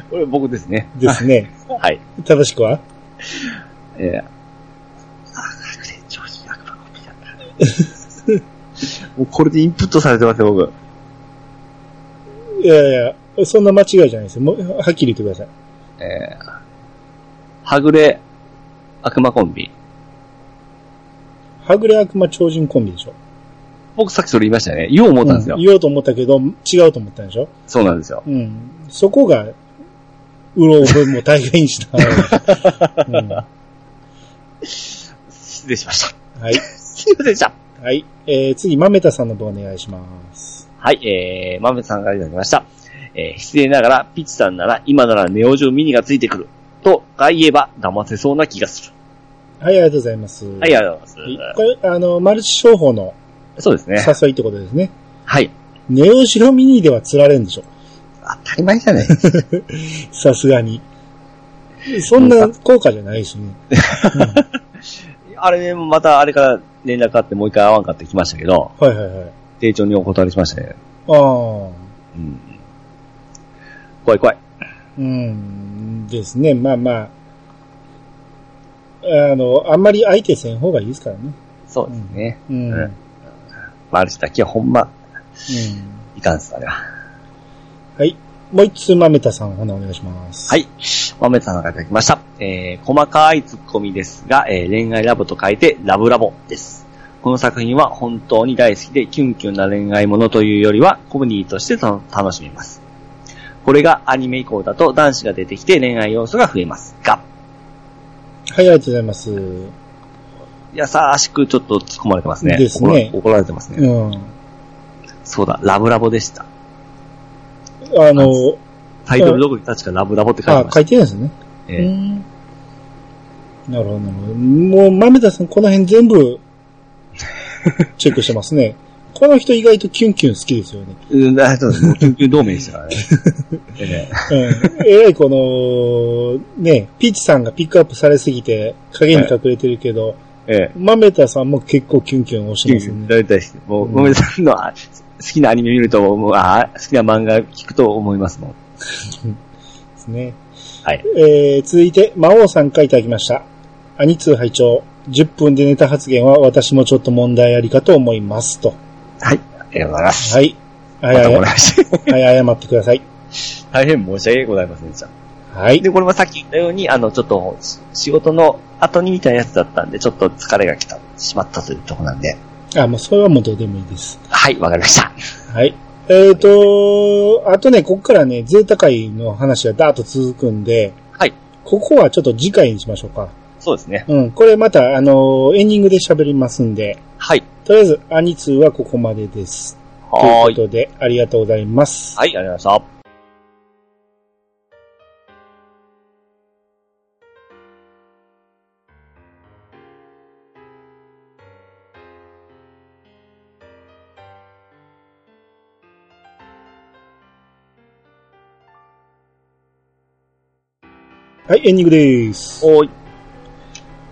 Speaker 2: これ僕ですね。
Speaker 1: ですね。
Speaker 2: はい。
Speaker 1: 正しくは
Speaker 2: えー、あー、学年長子悪魔コピーだ った。もうこれでインプットされてますよ、僕。
Speaker 1: いやいや、そんな間違いじゃないですよ。もうはっきり言ってください。
Speaker 2: えー、はぐれ悪魔コンビ。
Speaker 1: はぐれ悪魔超人コンビでしょ。
Speaker 2: 僕さっきそれ言いましたね。言おう思ったんですよ。
Speaker 1: うん言おうと思ったけど、違うと思ったんでしょ
Speaker 2: そうなんですよ。
Speaker 1: うん。そこが、うろ覚えも大概にした。 うんは
Speaker 2: 失礼しました。
Speaker 1: い。
Speaker 2: すいませんでした。
Speaker 1: はい。えー、次、まめたさんの方お願いします。
Speaker 2: はい、えー、まめさんからいただきました。えー、失礼ながら、ピッチさんなら、今ならネオジオミニがついてくる。と、が言えば、騙せそうな気がする。
Speaker 1: はい、ありがとうございます。は
Speaker 2: はい、ありがとうございま
Speaker 1: これ、あの、マルチ商法の
Speaker 2: す。そうですね。
Speaker 1: 誘いってことですね。
Speaker 2: はい。
Speaker 1: ネオジロミニでは釣られるんでしょ。
Speaker 2: 当たり前じゃない
Speaker 1: さすがに。そんな効果じゃないしね。
Speaker 2: あれね、またあれから連絡あってもう一回会わんかってきましたけど、
Speaker 1: はいはいはい。
Speaker 2: 丁重にお断りしましたね。
Speaker 1: ああ。
Speaker 2: うん。怖い怖い。
Speaker 1: うん、ですね。まあまあ。あの、あんまり相手せん方がいいですからね。
Speaker 2: そうですね。
Speaker 1: うん。
Speaker 2: うんマルチだけはほんま、
Speaker 1: うん
Speaker 2: いかんっす、あれは。
Speaker 1: はい。もう一つ、まめたさん、ほなお願いします。
Speaker 2: はい。まめさんがいただきました。えー、細かいツッコミですが、えー恋愛ラボと書いてラブラボです。この作品は本当に大好きでキュンキュンな恋愛ものというよりはコメディとしてた楽しめます。これがアニメ以降だと男子が出てきて恋愛要素が増えますが、
Speaker 1: はい、ありがとうございます。う
Speaker 2: 優しくちょっと突っ込まれてますね。
Speaker 1: ですね
Speaker 2: 怒ら怒られてますね。
Speaker 1: ん。
Speaker 2: そうだ、ラブラボでした。
Speaker 1: あの、
Speaker 2: タイトルどこに確かラブラボって書いて
Speaker 1: あ
Speaker 2: ま、し
Speaker 1: 書
Speaker 2: た。
Speaker 1: いてるんですね。
Speaker 2: え
Speaker 1: う
Speaker 2: ー
Speaker 1: ん。なるほど、なるほど。もう、まめたさん、この辺全部、チェックしてますね。 この人意外とキュンキュン好きですよね。
Speaker 2: うん、あそうです。もう緊急同盟でしたからね。え
Speaker 1: うん。えらいこの、ね、ピーチさんがピックアップされすぎて、影に隠れてるけど、
Speaker 2: ええ
Speaker 1: マメタさんも結構キュンキュン押してますよ
Speaker 2: え。
Speaker 1: ね。
Speaker 2: 大体、も
Speaker 1: う
Speaker 2: う、
Speaker 1: ん
Speaker 2: ごめんなさい、のは、好きなアニメ見ると、もう、ああ、好きな漫画聞くと思いますもん。
Speaker 1: ですね。
Speaker 2: はい。
Speaker 1: えー、続いて、魔王さんからいただきました。アニツー拝聴10分でネタ発言は私もちょっと問題ありかと思います。と。
Speaker 2: はい。ありがとうございます。
Speaker 1: はい。は
Speaker 2: ま
Speaker 1: い、
Speaker 2: たも
Speaker 1: は
Speaker 2: らいして
Speaker 1: い、はい、謝ってください。
Speaker 2: 大変申し訳ございませんでした。
Speaker 1: はい。
Speaker 2: で、これはさっき言ったように、あの、ちょっと、し仕事の後に見たやつだったんで、ちょっと疲れが来た、しまったというとこなんで。
Speaker 1: あ、もうそれはもうどうでもいいです。
Speaker 2: はい、わかりました。
Speaker 1: はい。えーと、あとね、ここからね、ゼータ会の話がダーッと続くんで、
Speaker 2: はい。
Speaker 1: ここはちょっと次回にしましょうか。
Speaker 2: そうですね。
Speaker 1: うん、これまた、あのエンディングで喋りますんで、
Speaker 2: はい。
Speaker 1: とりあえず、アニツーはここまでです。という
Speaker 2: は
Speaker 1: こ
Speaker 2: ーい。
Speaker 1: とで、ありがとうございます。
Speaker 2: はい、ありがとうございました。
Speaker 1: はい、エンディングです。
Speaker 2: おーい。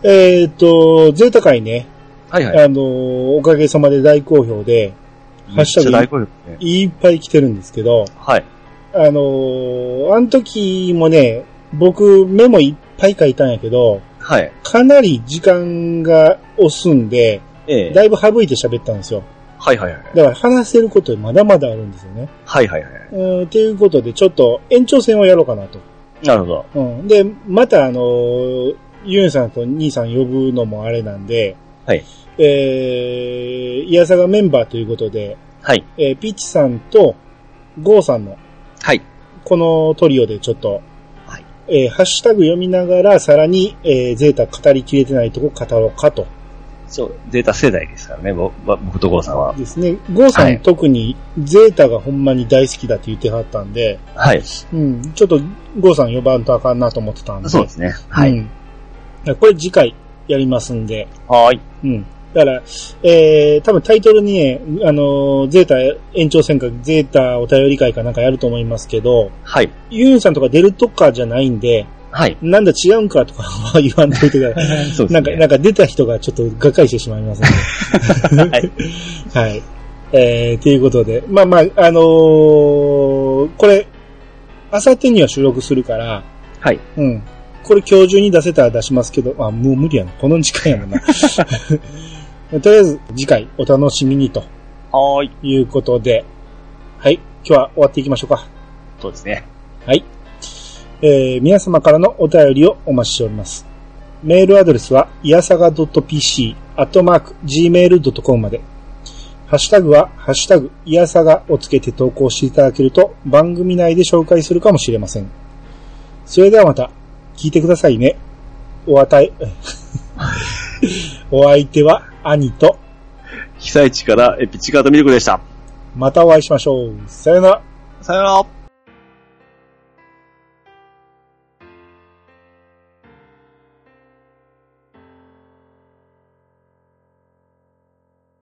Speaker 1: えっ、と、ゼータ会ね、
Speaker 2: はい
Speaker 1: あのーおかげさまで大好評で、
Speaker 2: い
Speaker 1: ハッシュタグ
Speaker 2: めっちゃ大好評ですね。
Speaker 1: いっぱい来てるんですけど、
Speaker 2: はい。
Speaker 1: あのーあの時もね、僕メモいっぱい書いたんやけど、
Speaker 2: はい。
Speaker 1: かなり時間が押すんで、
Speaker 2: ええ
Speaker 1: だいぶ省いて喋ったんですよ。
Speaker 2: はいはいはい。
Speaker 1: だから話せることまだまだあるんですよね。
Speaker 2: はいはいはい。
Speaker 1: うん、ということで、ちょっと延長戦をやろうかなと。
Speaker 2: なるほど。
Speaker 1: うん。で、またあのーユンさんと兄さん呼ぶのもあれなんで、
Speaker 2: はい。
Speaker 1: えー、イヤサガメンバーということで、
Speaker 2: はい。
Speaker 1: えーピッチさんとゴーさんの
Speaker 2: はい。
Speaker 1: このトリオでちょっと、
Speaker 2: はい
Speaker 1: えーハッシュタグ読みながら、さらに、えーゼータ語りきれてないとこ語ろうかと。
Speaker 2: そう、データ世代ですからね、ぼぼ僕と郷さんは。
Speaker 1: ですね。ゴーさん、
Speaker 2: はい
Speaker 1: 特にゼータがほんまに大好きだって言ってはったんで、
Speaker 2: はい。
Speaker 1: うん、ちょっとゴーさん呼ばんとあかんなと思ってたんで。
Speaker 2: そうですね。は
Speaker 1: う
Speaker 2: い。
Speaker 1: んこれ次回やりますんで、
Speaker 2: はーい。
Speaker 1: うん。だから、えー、多分タイトルにね、あのーゼータ延長戦か、ゼータお便り会かなんかやると思いますけど、
Speaker 2: はい。
Speaker 1: ユンさんとか出るとかじゃないんで、
Speaker 2: はい。
Speaker 1: なんだ違うんかとかは言わんといてください。
Speaker 2: そうで
Speaker 1: な
Speaker 2: す
Speaker 1: んか、
Speaker 2: ね。
Speaker 1: なんか出た人がちょっとがっかりしてしまい ますので。
Speaker 2: はい。
Speaker 1: はい。えー、ということで、まあまあ、あのーこれ、あさってには収録するから、
Speaker 2: はい。
Speaker 1: うん。これ今日中に出せたら出しますけど、あ、もう無理やな。この時間やもん な。とりあえず、次回お楽しみにと
Speaker 2: はーい。
Speaker 1: いうことで、はい。今日は終わっていきましょうか。
Speaker 2: そうですね。
Speaker 1: はい。えー、皆様からのお便りをお待ちしております。メールアドレスは、いやさが .pc、アットマーク、gmail.com まで。ハッシュタグは、ハッシュタグ、いやさがをつけて投稿していただけると、番組内で紹介するかもしれません。それではまた、聞いてくださいね。おあたえ、お相手は、兄と、
Speaker 2: 被災地からエピチカートミルクでした。
Speaker 1: またお会いしましょう。さよなら。
Speaker 2: さよなら。